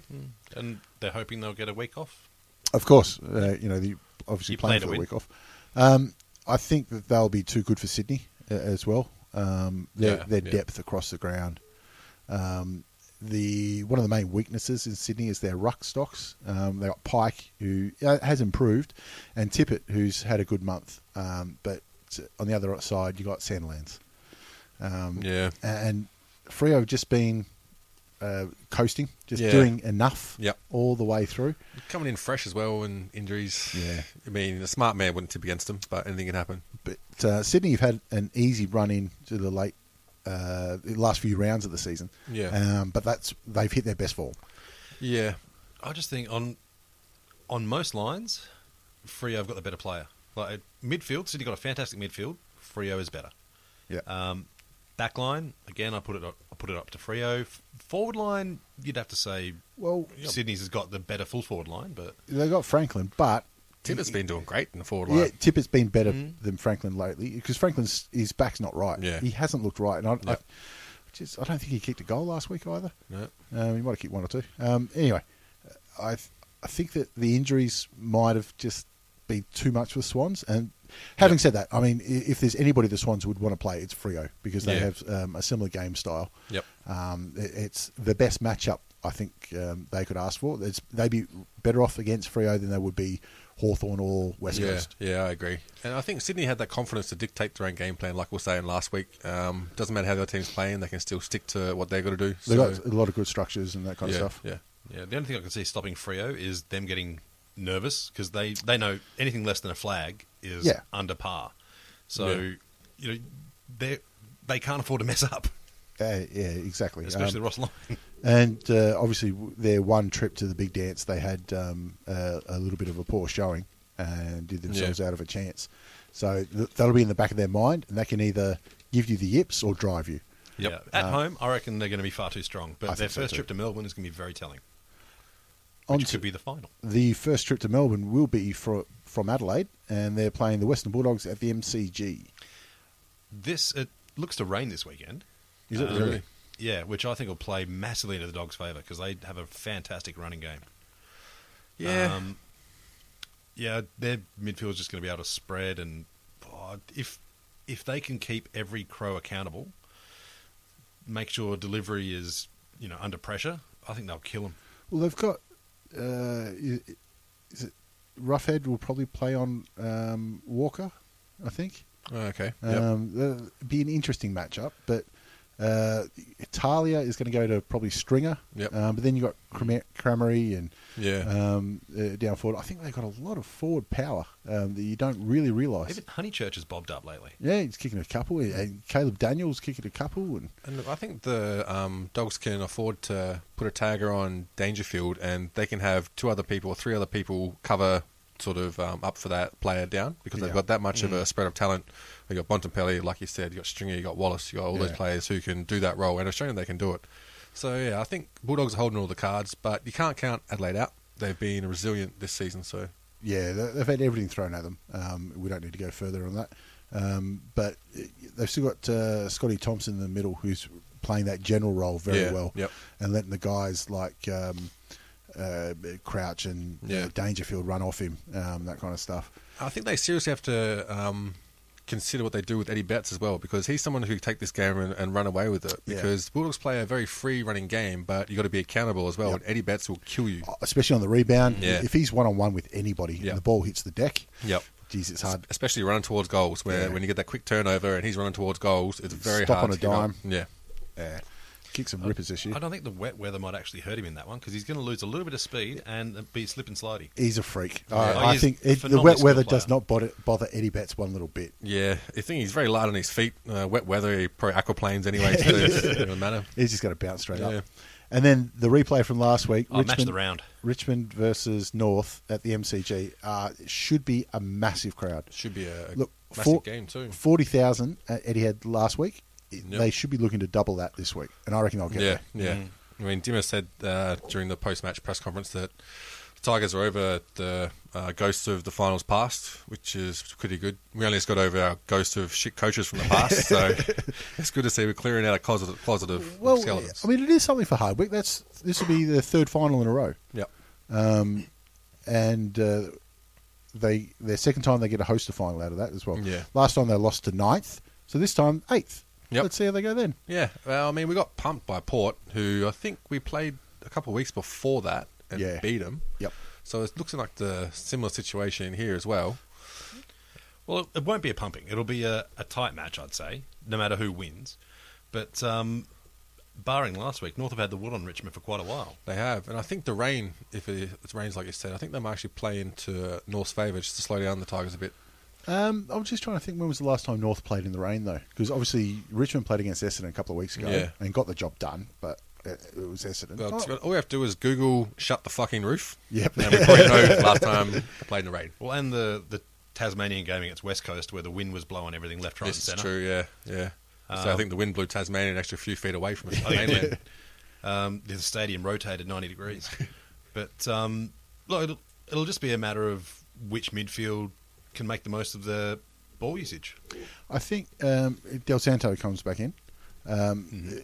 And they're hoping they'll get a week off.
Of course, uh, you know, the, obviously
You
playing for
play to
the
win.
week off. Um, I think that they'll be too good for Sydney uh, as well. Um, their
Yeah,
their
yeah.
depth across the ground. Um, the one of the main weaknesses in Sydney is their ruck stocks. Um, they got Pike, who uh, has improved, and Tippett, who's had a good month. Um, but on the other side, you got Sandlands
Yeah.
and Frio have just been uh, coasting, just
Yeah.
doing enough
Yep.
all the way through.
Coming in fresh as well and injuries.
Yeah.
I mean, a smart man wouldn't tip against him, but anything can happen.
but uh, Sydney have had an easy run in to the late uh, the last few rounds of the season.
Yeah.
Um, but that's they've hit their best form.
Yeah.
I just think on on most lines, Frio have got the better player. Like midfield, Sydney got a fantastic midfield. Frio is better.
Yeah.
Um, back line, again, I put it up, I put it up to Frio. F- Forward line, you'd have to say
well,
Sydney's has got the better full forward line, but
they got Franklin, but
Tippett's been doing great in the forward
yeah,
line.
Tippett's been better than Franklin lately because Franklin's his back's not right.
Mm-hmm. Yeah.
He hasn't looked right, and I, I
Yeah.
just I don't think he kicked a goal last week either.
No.
Um, he might have kicked one or two. Um, anyway, I th- I think that the injuries might have just been too much for Swans. And having said that, I mean, i- if there's anybody the Swans would want to play, it's Frio because they
Yeah.
have um, a similar game style.
Yep.
Um, it- it's the best matchup I think um, they could ask for. It's, they'd be better off against Frio than they would be Hawthorn or West
Yeah,
Coast.
yeah, I agree. And I think Sydney had that confidence to dictate their own game plan, like we were saying last week. Um, doesn't matter how the other team's playing, they can still stick to what they're going to do.
They've
So,
got a lot of good structures and that kind
yeah,
of stuff.
yeah,
yeah, the only thing I can see stopping Frio is them getting nervous because they, they know anything less than a flag is
Yeah.
under par. So,
Yeah.
you know, they they can't afford to mess up,
Uh, yeah, exactly.
especially
Um,
the
(laughs)
Ross line.
And uh, obviously, w- their one trip to the big dance, they had um, a, a little bit of a poor showing and did themselves
Yeah.
out of a chance. So th- that'll be in the back of their mind, and that can either give you the yips or drive you.
Yep. At home, I reckon they're going to be far too strong. But
Uh, I
their
think so
first
too.
trip to Melbourne is going to be very telling.
On
Which
to
could be the final.
the first trip to Melbourne will be fro- from Adelaide, and they're playing the Western Bulldogs at the MCG.
This it looks to rain this weekend.
Is it really?
Yeah, which I think will play massively into the Dogs' favour because they have a fantastic running game.
yeah.
Um, Yeah, their midfield's just going to be able to spread, and oh, if if they can keep every crow accountable, make sure delivery is you know under pressure. I think they'll kill them.
Well, they've got. Uh, is, is it Roughhead will probably play on um, Walker, I think.
Oh, okay.
Um, that'll Be an interesting matchup, but uh, Italia is going to go to probably Stringer.
Yep.
Um, but then you've got Cram- Cramery and
Yeah.
um, uh, down forward. I think they've got a lot of forward power um, that you don't really realise.
Even Honeychurch has bobbed up lately.
Yeah, he's kicking a couple. And Caleb Daniels kicking a couple. And
And I think the um, dogs can afford to put a tagger on Dangerfield, and they can have two other people or three other people cover sort of um, up for that player down because
Yeah.
they've got that much of a spread of talent. They got Bontempelli, like you said, you got Stringer, you got Wallace, you got all
Yeah.
those players who can do that role, and have shown they can do it. So yeah, I think Bulldogs are holding all the cards, but you can't count Adelaide out. They've been resilient this season, so
yeah, they- they've had everything thrown at them. Um, we don't need to go further on that. Um, but they've still got uh, Scotty Thompson in the middle, who's playing that general role very
Yeah,
well,
yep.
and letting the guys like um, uh, Crouch and you
Yeah.
know, Dangerfield run off him, um, that kind of stuff.
I think they seriously have to um, consider what they do with Eddie Betts as well, because he's someone who can take this game and, and run away with it.
Yeah.
Because Bulldogs play a very free running game, but you got to be accountable as well.
Yep.
And Eddie Betts will kill you.
Especially on the rebound,
Yeah.
if he's one on one with anybody
Yeah.
and the ball hits the deck,
Yep.
geez, it's hard.
Especially running towards goals, where
Yeah.
when you get that quick turnover and he's running towards goals, it's very
Stop
hard
on a
to keep up.
dime.
Yeah,
Yeah. Kick some rippers this year.
I don't think the wet weather might actually hurt him in that one because he's going to lose a little bit of speed and be slip and slidey.
He's a freak.
Oh,
I, I
he's
think
a
it, the
phenomenally
wet
skilled
weather does
player.
not bother, bother Eddie Betts one little bit.
yeah. The thing he's very light on his feet. Uh, wet weather, he probably
(laughs)
aquaplanes anyway. So it doesn't really matter.
He's just going to bounce straight
Yeah.
up. And then the replay from last week,
Oh, match of the round.
Richmond versus North at the MCG, uh, should be a massive crowd.
Should be a
Look,
massive game too.
Forty thousand at Eddie had last week. It-
Yep.
They should be looking to double that this week, and I reckon they'll get
Yeah,
there.
yeah. I mean, Dimmer said uh, during the post-match press conference that the Tigers are over the uh, ghosts of the finals past, which is pretty good. We only just got over our ghost of shit coaches from the
(laughs)
past, so it's good to see we're clearing out a closet, closet of
Well,
skeletons.
I mean, it is something for Hardwick. That's this will be the third final in a row,
yeah,
and uh, they their second time they get a host a final out of that as well.
Yeah.
Last time they lost to ninth, so this time eighth.
Yep.
Let's see how they go then.
yeah. Well, I mean, we got pumped by Port, who I think we played a couple of weeks before that and beat 'em.
Yeah.
beat them.
Yep.
So it looks like the similar situation here as well.
Well, it won't be a pumping. It'll be a, a tight match, I'd say, no matter who wins. But um, barring last week, North have had the wood on Richmond for quite a while.
They have, and I think the rain, if it, it rains like you said, I think they might actually play into North's favour just to slow down the Tigers a bit.
Um, I was just trying to think when was the last time North played in the rain though, because obviously Richmond played against Essendon a couple of weeks ago
Yeah.
and got the job done, but it, it was Essendon.
Well,
Oh,
All we have to do is Google "shut the fucking roof."
Yep.
and we probably know last time they played in the rain.
Well, and the, the Tasmanian game against West Coast, where the wind was blowing everything left, right,
This
and
is
centre.
true. Yeah, yeah. so I think the wind blew Tasmania an extra few feet away from the
I think it
mainland.
Um, the stadium rotated 90
(laughs)
degrees. but um, look, it'll, it'll just be a matter of which midfield can make the most of the ball usage.
I think um, if Del Santo comes back in. Um,
Mm-hmm.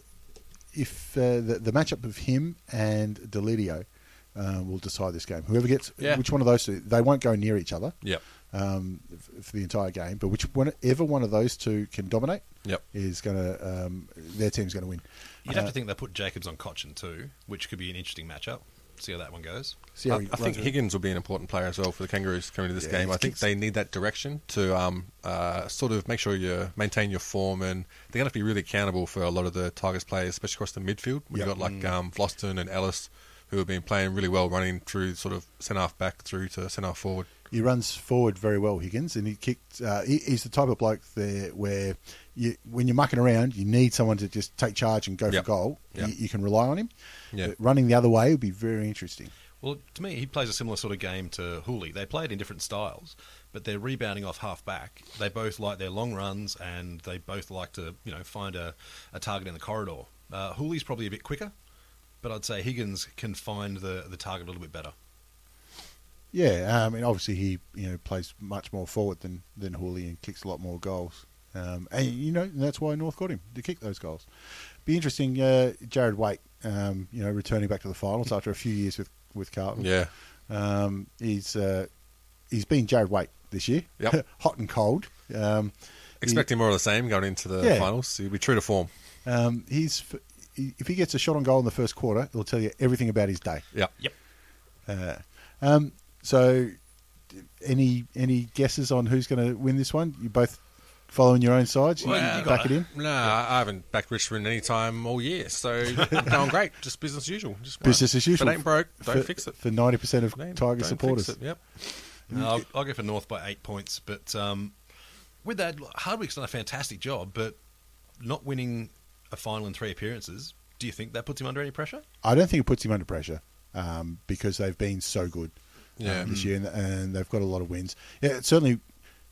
If uh, the, the matchup of him and Delidio uh, will decide this game, whoever gets
Yeah.
which one of those two, they won't go near each other
Yep.
um, f- for the entire game. But which whenever one of those two can dominate,
Yep.
is going to um, their team's going to win.
You'd have to think they put Jacobs on Cochin too, which could be an interesting matchup. See how that one goes.
See
I,
how
I
he runs
think
with it.
Higgins will be an important player as well for the Kangaroos coming to this
Yeah,
game. I
he's
think
kicks-
they need that direction to um, uh, sort of make sure you maintain your form, and they're going to have to be really accountable for a lot of the Tigers players, especially across the midfield. We've
Yep.
got like um, Floston and Ellis, who have been playing really well, running through sort of centre half back through to centre half forward.
He runs forward very well, Higgins, and he kicked. Uh, he, he's the type of bloke there where you, when you're mucking around, you need someone to just take charge and go
Yep.
for goal.
Yep.
You, you can rely on him.
Yeah.
But running the other way would be very interesting.
Well, to me, he plays a similar sort of game to Hooley. They play it in different styles, but they're rebounding off half back. They both like their long runs, and they both like to, you know, find a, a target in the corridor. Uh, Hooley's probably a bit quicker, but I'd say Higgins can find the, the target a little bit better.
Yeah, I mean, obviously he you know plays much more forward than than Hooley and kicks a lot more goals. Um, and you know that's why North got him to kick those goals. Be interesting, uh, Jared Waite. Um, you know, Mm. returning back to the finals after a few years with with Carlton.
Yeah.
Um, he's uh, he's been Jared Waite this year.
Yep.
(laughs) Hot and cold. Um,
Expecting more of the same going into the
Yeah.
finals. He'll be true to form.
he- um, he's f- he- if he gets a shot on goal in the first quarter, it'll tell you everything about his day.
Yep.
Yep.
Um, so, d- any any guesses on who's going to win this one? You both following your own sides? You
Well,
back it in.
No, I haven't backed Richmond any time all year, so
(laughs)
going great. Just business as usual. Just
Business as usual.
If it ain't broke, don't
for,
fix it.
For ninety percent of
Don't- don't
Tiger
fix
supporters,
it, Yep. Mm.
No, I'll, I'll go for North by eight points. But um, with that, Hardwick's done a fantastic job, but not winning a final in three appearances, do you think that puts him under any pressure?
I don't think it puts him under pressure um, because they've been so good
Yeah.
um, this year, and, and they've got a lot of wins. Yeah, it certainly,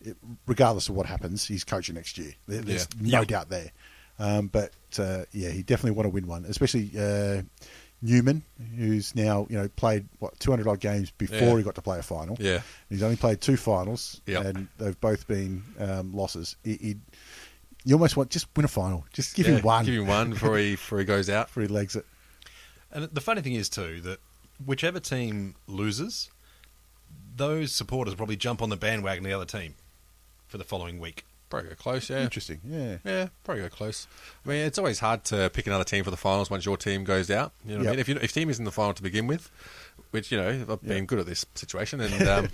it, regardless of what happens, he's coaching next year. There, there's
Yeah.
no
Yeah.
doubt there. Um, but uh, yeah, he definitely want to win one, especially uh, Newman, who's now you know played what 200 odd games before
Yeah.
he got to play a final.
Yeah.
he's only played two finals,
Yeah.
and they've both been um, losses. He, he, you almost want just win a final, just give
Yeah,
him one
Give him one before he before he goes out.
before he legs it.
And the funny thing is, too, that whichever team loses, those supporters will probably jump on the bandwagon of the other team for the following week.
Probably go close. Yeah.
Interesting, yeah.
Yeah, probably go close. I mean, it's always hard to pick another team for the finals once your team goes out. You know, what
Yep.
I mean? if you if team is in the final to begin with, which you know I've been good at this situation,
(laughs)
and um,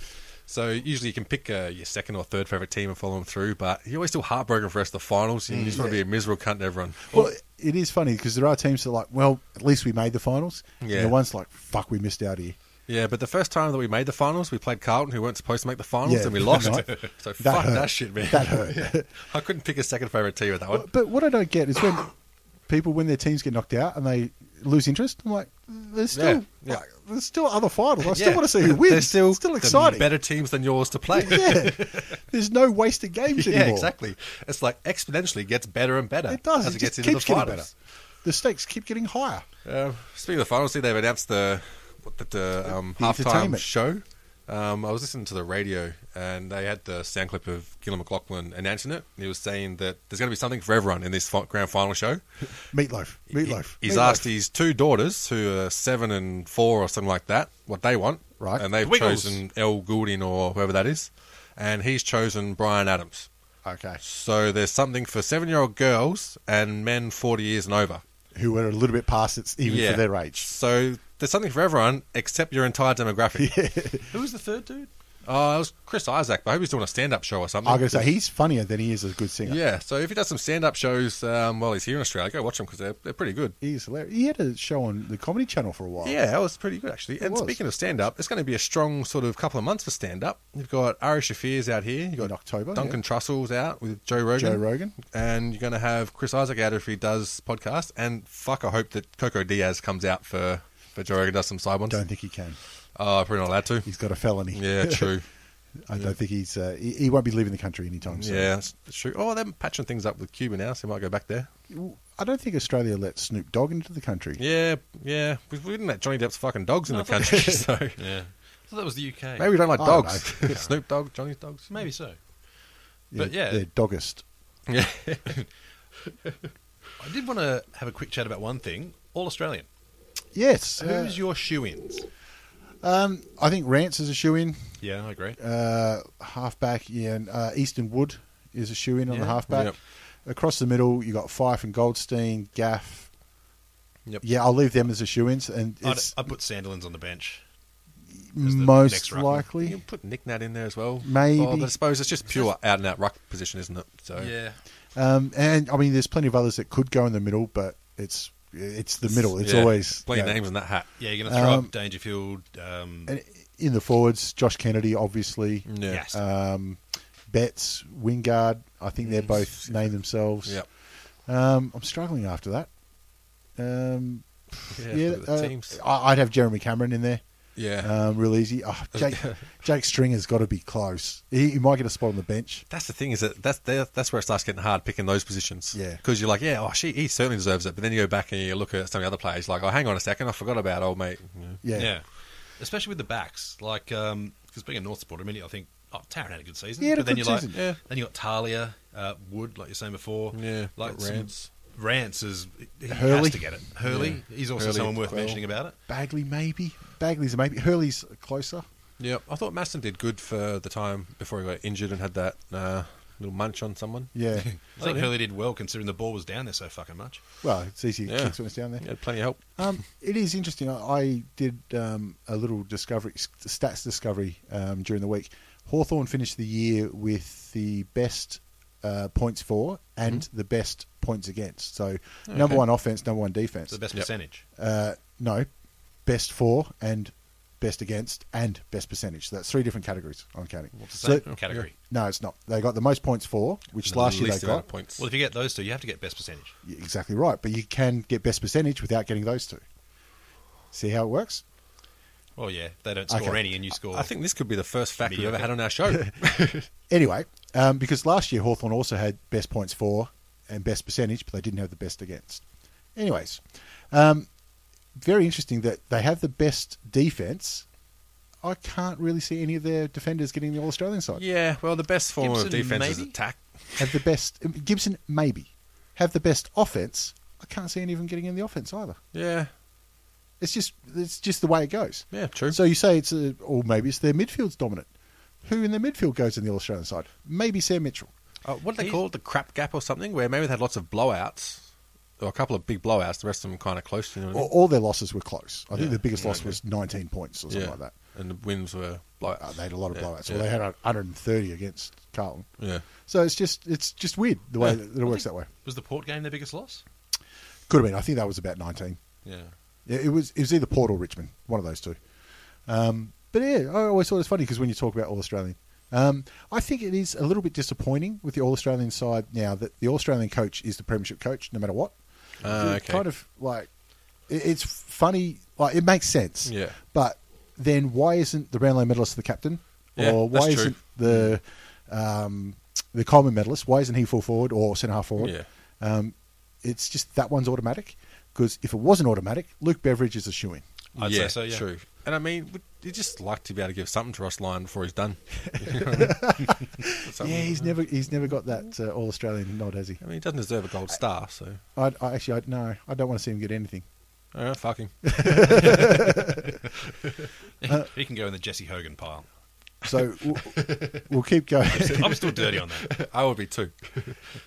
so usually you can pick uh, your second or third favorite team and follow them through. But you're always still heartbroken for the rest of the finals. You just want to be a miserable cunt to everyone.
Mm. Well, it is funny because there are teams that are like, well, at least we made the finals.
Yeah.
And the one's like, fuck, we missed out here.
Yeah, but the first time that we made the finals, we played Carlton, who weren't supposed to make the finals,
Yeah,
and we lost.
(laughs) right.
So
That
fuck
hurt.
that shit, man.
That hurt.
(laughs) Yeah. I couldn't pick a second favorite team with that one.
(laughs) But what I don't get is when people, when their teams get knocked out and they lose interest, I'm like, there's still,
Yeah, yeah.
like, there's still other finals. I still
Yeah.
want to see who wins.
(laughs) They're still,
It's still
the
exciting.
better teams than yours to play.
(laughs)
(laughs)
yeah. There's no wasted games
Yeah,
anymore.
exactly. It's like exponentially gets better and better
It does.
as
it
it,
just
gets into the
keeps getting better.
finals.
The stakes keep getting higher.
Uh, speaking of the finals, see, they've announced the what the, the, um,
The
halftime
entertainment.
show. Um, I was listening to the radio, and they had the sound clip of Gillan McLaughlin announcing it. He was saying that there's going to be something for everyone in this fi- grand final show.
Meatloaf. Meatloaf.
He's
Meatloaf.
asked his two daughters, who are seven and four or something like that, what they want.
Right.
And they've
Wiggles.
chosen El Goulding or whoever that is. And he's chosen Brian Adams.
Okay.
So there's something for seven year old girls and men 40 years and over.
Who are a little bit past it, even for their age.
So there's something for everyone except your entire
(laughs)
demographic.
Who was the third dude?
Oh, it was Chris Isaac, but I hope he's doing a stand up show or something.
I'm going to say he's funnier than he is a good singer.
Yeah, so if he does some stand up shows um, while he's here in Australia, go watch them because they're, they're pretty good.
He's hilarious. He had a show on the Comedy Channel for a while.
Yeah, that was pretty good actually. And
was.
speaking of stand up, it's going to be a strong sort of couple of months for stand up. You've got Ari Shafir's out here. You've got
In October,
Duncan
yeah.
Trussell's out with Joe Rogan.
Joe Rogan.
And you're going to have Chris Isaac out if he does podcast. And fuck, I hope that Coco Diaz comes out for, for Joe Rogan, does some side ones.
Don't think he can.
Oh, probably not allowed to.
He's got a felony. (laughs)
Yeah, true.
I don't think he's. Uh, he, he won't be leaving the country anytime soon.
yeah, that's true. Oh, they're patching things up with Cuba now, so he might go back there.
I don't think Australia let Snoop Dogg into the country.
Yeah, yeah. We, we didn't let Johnny Depp's fucking dogs in the country, (laughs) so
Yeah. I thought that was the UK.
maybe we don't like
I don't
dogs. (laughs) Snoop Dogg, Johnny's dogs.
Maybe so.
They're-
But yeah.
they're doggist.
Yeah.
I did want to have a quick chat about one thing. All Australian.
Yes, uh,
Who's your shoe ins?
um, I think Rance is a shoe in.
Yeah, I agree.
Uh, halfback, yeah, and uh, Easton Wood is a shoe in on the halfback.
Yep.
Across the middle, you got Fife and Goldstein, Gaff.
Yep.
Yeah, I'll leave them as a shoe ins, and
I'd,
it's
uh,
I'd put Sandilands on the bench. as the next
most
ruckman.
You
likely.
can put Nick Nat in there as well.
Maybe.
Oh, but I suppose it's just pure out and out ruck position, isn't it? So
Yeah.
Um, and I mean, there's plenty of others that could go in the middle, but it's it's the middle. It's
Yeah,
always
plenty
you know,
names in that hat.
Yeah, you're going to throw
Um,
up Dangerfield. Um,
and in the forwards. Josh Kennedy, obviously.
Yeah.
Yes.
Um, Betts, Wingard. I think they're both named themselves.
Yep.
Um, I'm struggling after that. Um,
Yeah.
yeah,
look at
uh,
the teams.
I, I'd have Jeremy Cameron in there.
Yeah.
Um, real easy. Oh, Jake,
(laughs)
Jake Stringer's got to be close. He, he might get a spot on the bench.
that's the thing is that that's there- that's where it starts getting hard picking those positions.
Yeah.
Because you're like, yeah, oh, she he certainly deserves it. But then you go back and you look at some of the other players, like, oh, hang on a second, I forgot about old mate. You know.
Yeah.
yeah. Especially with the backs. Like, because being a North supporter, I mean, I think, oh, Taryn had a good season.
He had a
but then
good
you're
season,
like,
yeah.
Then you got Talia, uh, Wood, like you were saying before.
Yeah,
Like
got
some-
Rance.
Rance is, he
Hurley.
has to get it. Hurley,
Yeah.
he's also
Hurley
someone
as
worth
well.
mentioning about it.
Bagley maybe. Bagley's a maybe. Hurley's closer.
Yeah, I thought Maston did good for the time before he got injured and had that uh, little munch on someone. (laughs)
Yeah.
I think Hurley did well considering the ball was down there so fucking much.
Well, it's easy to
Yeah.
kick when it's down there.
He had plenty of help.
Um, it is interesting. I, I did um, a little discovery, st- stats discovery um, during the week. Hawthorn finished the year with the best uh, points for and
Mm-hmm.
the best points against. So number one offense, number one defense.
It's the best
Yep.
percentage.
Uh, no, best for and best against and best percentage. So that's three different categories I'm counting.
What's the
So-
same category?
no, it's not. They got the most points for, which
The
last year they
least amount
got.
of points.
Well, if you get those two, you have to get best percentage.
You're Exactly right. But you can get best percentage without getting those two. See how it works?
Well, yeah, they don't score
Okay.
any, and you score.
I think this could be the first fact we've ever
Mediocre.
had on our show.
(laughs) Anyway, um, because last year Hawthorn also had best points for and best percentage, but they didn't have the best against. Anyways, um, very interesting that they have the best defence. I can't really see any of their defenders getting the All Australian side.
yeah, well, the best form of
Gibson,
defense is
maybe?
attack.
Have the best um, Gibson maybe have the best offence. I can't see any of them getting in the offence either.
Yeah,
It's just it's just the way it goes.
yeah, true.
So you say it's a, or maybe it's their midfield's dominant. Who in their midfield goes in the All Australian side? Maybe Sam Mitchell.
Uh, what do they call it? The crap gap or something, where maybe they had lots of blowouts or a couple of big blowouts. The rest of them kind of close. You know what I
All,
mean?
all their losses were close. I think
Yeah.
the biggest
Yeah,
loss
okay.
was 19 points or something
yeah.
like that.
And the wins were blowouts.
Uh, they had a lot of
Yeah,
blowouts.
yeah.
Well, they had 130 against Carlton.
yeah.
So it's just it's just weird the way that it works that way.
was the Port game their biggest loss?
Could have been. I think that was about 19.
Yeah.
Yeah, it was it was either Port or Richmond, one of those two. Um, but yeah, I always thought it's funny because when you talk about All Australian, um, I think it is a little bit disappointing with the All Australian side now that the All Australian coach is the Premiership coach, no matter what.
Uh,
It's
okay.
Kind of like it, it's funny. Like it makes sense.
Yeah.
But then why isn't the Brownlow medalist the captain,
Yeah,
or why
that's true.
isn't the um, the Coleman medalist? Why isn't he full forward or centre half forward?
Yeah.
Um, it's just that one's automatic. Because if it wasn't automatic, Luke Beveridge is a shoe in.
I'd say so, yeah.
True. And I mean, would- you'd just like to be able to give something to Ross Lyon before he's done. (laughs)
Yeah, he's never he's never got that uh, All Australian nod, has he?
I mean, he doesn't deserve a gold star, so.
I, I actually I, no, I don't want to see him get anything.
All right, fuck him. Uh,
he can go in the Jesse Hogan pile.
(laughs)
So we'll, we'll keep going.
I'm still dirty on that.
I would be too.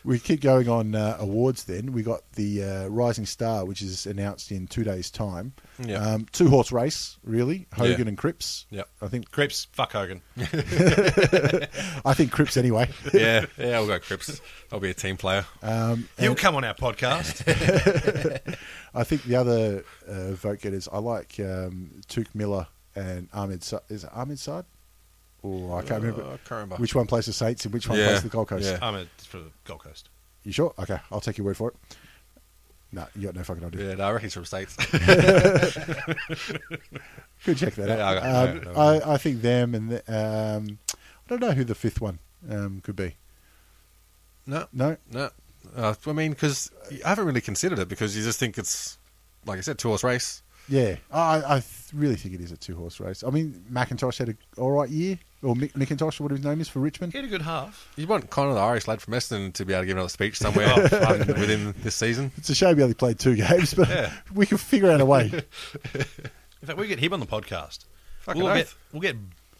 We keep going on uh, awards. Then we got the uh, Rising Star, which is announced in two days' time.
Yeah.
Um, two horse race, really. Hogan
Yeah.
and Cripps.
Yep.
I think
Cripps, fuck Hogan.
I think Cripps anyway. (laughs)
Yeah, yeah, we'll go Cripps. I'll be a team player. Uh,
He'll come on our podcast.
I think the other uh, vote getters. I like um, Took Miller and Ahmed. Sa- is it Ahmed Saad? Or I can't remember.
Uh, Oh, I can't remember.
Which one plays the Saints and which one
Yeah,
plays the Gold Coast?
yeah.
I'm a, for the Gold Coast.
You sure? Okay, I'll take your word for it. No, you got no fucking idea.
Yeah, no, I reckon he's from States.
Could check that out.
Yeah, I got-
um,
yeah, no
I, I think them and the, um, I don't know who the fifth one um, could be.
no,
No,
no. Uh, I mean, because I haven't really considered it because you just think it's, like I said, two horse race.
yeah, I, I th- really think it is a two horse race. I mean, McIntosh had an all right year, or Mick, McIntosh, whatever his name is for Richmond.
He had a good half.
You want Connor, the Irish lad from Eston, to be able to give another speech somewhere (laughs) um, within this season.
It's a shame he only played two (laughs) games, but
Yeah.
we can figure out a way.
(laughs)
In fact, we get him on the podcast.
Fucking
we'll
oath.
get, we'll get.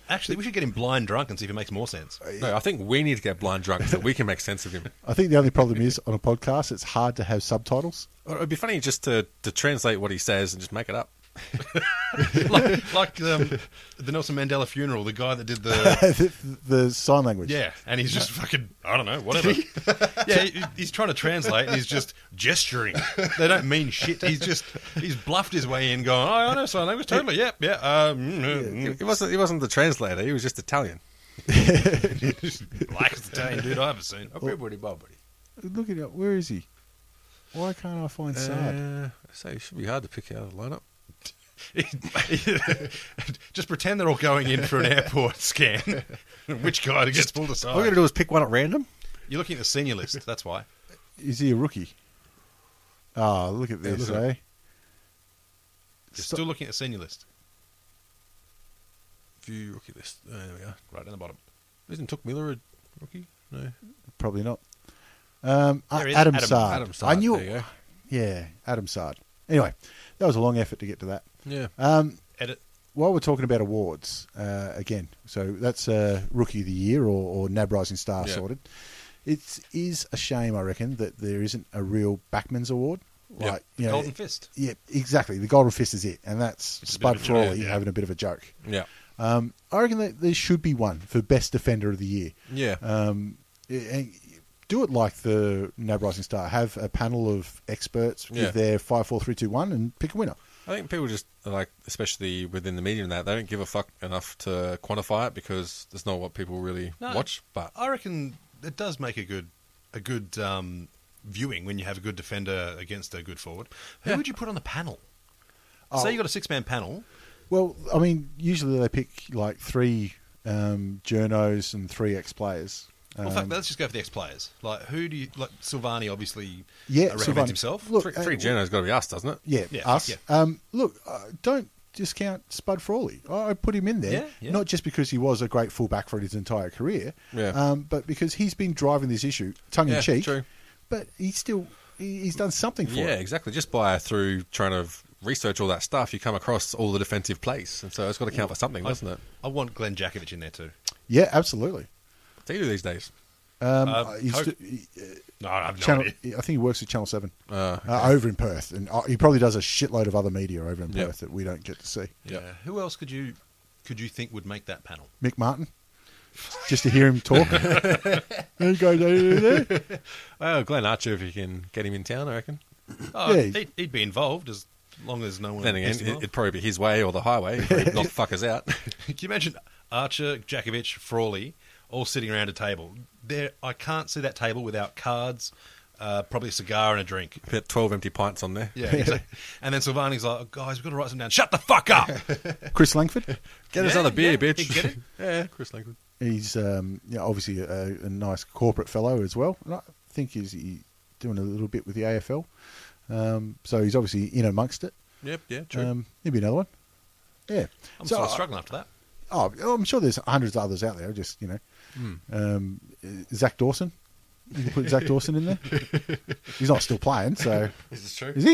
Actually, we should get him blind drunk and see if it makes more
(laughs)
sense.
No, I think we need to get blind drunk so that we can make sense of him.
I think the only problem is on a podcast, it's hard to have subtitles. (laughs)
Or It'd be funny just to, to translate what he says and just make it up.
like like um, the Nelson Mandela funeral, the guy that did the
(laughs)
the, the sign language.
Yeah, and he's just fucking, I don't know,
(laughs)
whatever. yeah, he, he's trying to translate and he's just gesturing. They don't mean shit. He's just, he's bluffed his way in going, oh, I know sign language, totally, yeah, yeah. Um, mm,
He wasn't he wasn't the translator. He was just Italian.
(laughs) mm." Blackest Italian dude I've ever seen.
Everybody, everybody.
Look at it. Where is he? Why can't I find Saad?
Uh, so it should be hard to pick out of the lineup.
(laughs) just pretend they're all going in for an airport scan. (laughs) Which guy gets pulled
All we're
aside?
gonna do is pick one at random.
You're looking at the senior list, that's why.
Is he a rookie? Ah, look at this,
look at
eh?
You're still looking at the senior list.
View rookie list. Uh, there we go.
Right down the bottom.
Isn't Took Miller a rookie? No.
Probably not. Um, uh,
There he is,
Adam,
Adam-
Sard.
Adam
I
Sard,
knew
there you
it.
go.
Yeah, Adam Sard. Anyway, that was a long effort to get to that.
Yeah.
Um,
Edit.
while we're talking about awards, uh, again, so that's uh, Rookie of the Year or, or NAB Rising Star
Yeah.
sorted. It is a shame, I reckon, that there isn't a real Backman's Award.
Yeah.
you know,
Golden Fist.
Yeah, exactly. The Golden Fist is it, and that's
It's a bit
Spud
of a joke,
Frawley
yeah.
having a bit of a joke.
Yeah.
Um, I reckon that there should be one for Best Defender of the Year.
Yeah.
Um, and do it like the NAB Rising Star. Have a panel of experts give
Yeah.
their five, four, three, two, one, and pick a winner.
I think people just like, especially within the media and that, they don't give a fuck enough to quantify it because that's not what people really
No.
watch. But
I reckon it does make a good a good um, viewing when you have a good defender against a good forward. Who
Yeah.
would you put on the panel?
Oh.
Say you got a six man panel.
Well, I mean, usually they pick like three um, journos and three ex players.
Well,
Um,
fuck, let's just go for the ex players. Like, who do you like? Silvani obviously
Yeah,
recommends
Silvani.
himself.
Look,
three,
uh,
three journos got to be us, doesn't it?
Yeah,
Yeah,
us.
yeah.
Um, look, uh, don't discount Spud Frawley. I I put him in there,
Yeah, yeah.
not just because he was a great fullback for his entire career,
Yeah.
um, but because he's been driving this issue tongue
Yeah,
in cheek.
true.
But he's still he, he's done something for
Yeah,
it.
exactly. Just by through trying to research all that stuff, you come across all the defensive plays, and so it's got to count for something, doesn't it?
I want Glenn Jakovic in there too.
Yeah, absolutely.
What do you do these days?
Um,
Um,
uh, he's
Coke-
st- he-
No, I've no
Channel,
idea. (laughs)
I think he works with Channel Seven
Uh,
uh, over in Perth, and uh, he probably does a shitload of other media over in Perth
Yeah.
that we don't get to see.
Yeah. Who else could you could you think would make that panel?
Mick Martin, just to hear him
(laughs)
talk. there you go, there.
Oh, Glenn Archer, if you can get him in town, I reckon.
Oh,
Yeah.
he'd, he'd be involved as long as no one.
Then again,
pissed
it,
him off.
it'd probably be his way or the highway. He'd probably (laughs) knock fuckers out.
Can you imagine Archer, Jakovic, Frawley all sitting around a table? There, I can't see that table without cards, uh, probably a cigar and a drink.
Put twelve empty pints on there.
Yeah, exactly. and then Silvani's like, oh, "Guys, we've got to write some down. Shut the fuck up."
Chris Langford.
Get us
Yeah,
another beer,
yeah,
bitch.
he'd get it.
(laughs) yeah, Chris Langford.
He's um, yeah, obviously a, a nice corporate fellow as well. And I think he's he doing a little bit with the AFL. Um, so he's obviously in amongst it.
Yep, yeah, true.
Um, he'd be another one. Yeah.
I'm
So
sort of
I-
struggling after that.
Oh, I'm sure there's hundreds of others out there. Just, you know,
Hmm.
um, Zach Dawson. You can put Zach Dawson
(laughs)
in there. He's not still playing, so.
is this true?
Is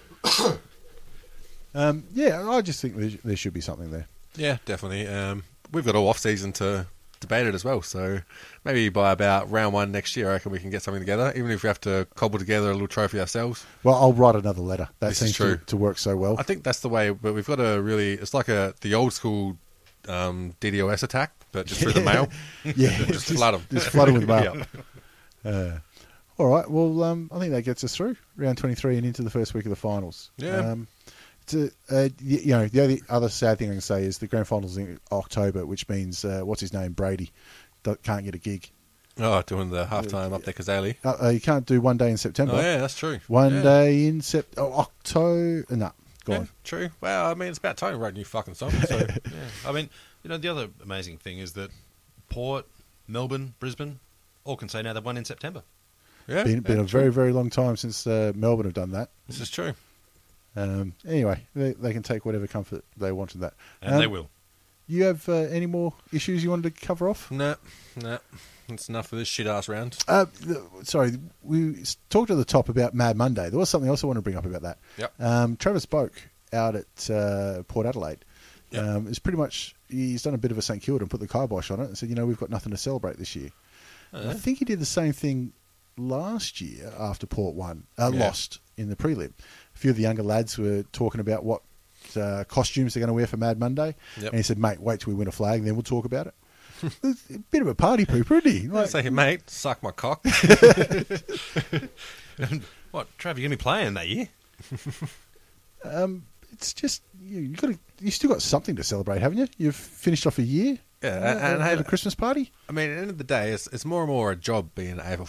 (coughs)
he? um, yeah, I just think there, there should be something there.
Yeah, definitely. Um, we've got all off season to debate it as well, so maybe by about round one next year, I reckon we can get something together. Even if we have to cobble together a little trophy ourselves,
Well, I'll write another letter. That
This is
seems to,
true.
to work so well.
I think that's the way. But we've got to really. It's like a the old school um, DDoS attack, but just through the mail.
Yeah,
(laughs) Just flood 'em.
Just flood 'em
(laughs)
with mail. Uh, all right. Well, um, I think that gets us through round twenty-three and into the first week of the finals.
Yeah.
Um, it's a, uh, y- you know, the only other sad thing I can say is the grand finals in October, which means uh, what's his name Brady do- can't get a gig.
Oh, doing the halftime up there, Kazali.
Uh, uh, you can't do one day in September.
Oh yeah, that's true.
One
Yeah.
day in Sep oh, October. No, go
Yeah,
on.
true. Well, I mean, it's about time we wrote a new fucking song.
(laughs)
So
Yeah. I mean, you know, the other amazing thing is that Port, Melbourne, Brisbane, all can say now they've won in September.
yeah,
Been, been
yeah,
a very very long time since uh, Melbourne have done that.
this is true.
Um, anyway, they, they can take whatever comfort they want in that.
And
Um,
they will.
You have uh, any more issues you wanted to cover off?
No, no, it's enough of this shit ass round.
Uh, th- sorry, we s- talked at the top about Mad Monday. There was something else I want to bring up about that.
Yep.
Um, Trevor spoke out at uh, Port Adelaide.
Yep.
Um, it's pretty much he's done a bit of a St Kilda and put the kibosh on it and said, you know, we've got nothing to celebrate this year.
Uh-huh.
I think he did the same thing last year after Port won, uh,
Yeah.
lost in the prelim. A few of the younger lads were talking about what uh, costumes they're going to wear for Mad Monday,
Yep.
and he said, "Mate, wait till we win a flag, then we'll talk about
(laughs)
it." It's a bit of a party pooper, isn't he?
I
Like,
say, (laughs) mate, suck my (laughs) cock.
What, Trav, you're going to be playing that year?
it's just you, you got you still got something to celebrate, haven't you? You've finished off a year,
Yeah,
uh,
and- and Uh,
had
have-
a Christmas party.
I mean, at the end of the day, it's, it's more and more a job being an AFL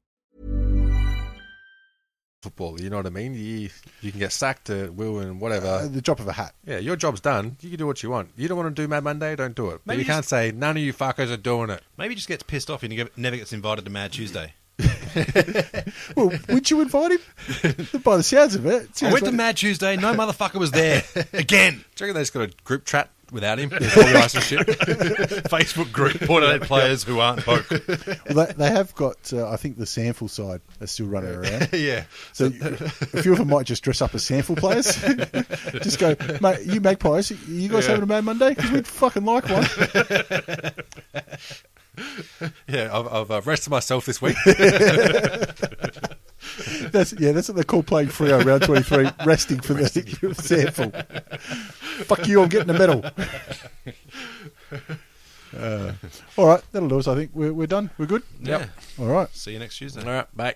Football, you know what I mean? You, you can get sacked at will and whatever.
Uh, the drop of a hat.
yeah, your job's done. You can do what you want. You don't want to do Mad Monday, don't do it. But
Maybe
you
just-
can't say, none of you fuckers are doing it.
Maybe he just gets pissed off and he get- never gets invited to Mad (laughs) Tuesday.
Well, (laughs) would you invite him? By the sounds of it, it
I went
sounds
to
like-
Mad Tuesday. No motherfucker was (laughs) there again.
Do you reckon they just got a group chat
(laughs)
without him? There's all the ice and shit. (laughs)
Facebook (laughs) group Port Adelaide players who aren't poke.
Well, they, they have got. Uh, I think the sample side are still running around.
(laughs) (laughs) yeah,
So you- a few of them might just dress up as sample players. (laughs) just go, mate. You magpies. You guys having a Mad Monday? Because we'd fucking like one.
yeah, I've, I've uh, rested myself this
(laughs)
week.
That's yeah. That's what they call playing free on round twenty three, resting for (laughs) the sample. Fuck you! I'm getting a medal. Uh, all right, that'll do us. I think we're, we're done. We're good.
yep.
All right.
See you next Tuesday.
All right, bye.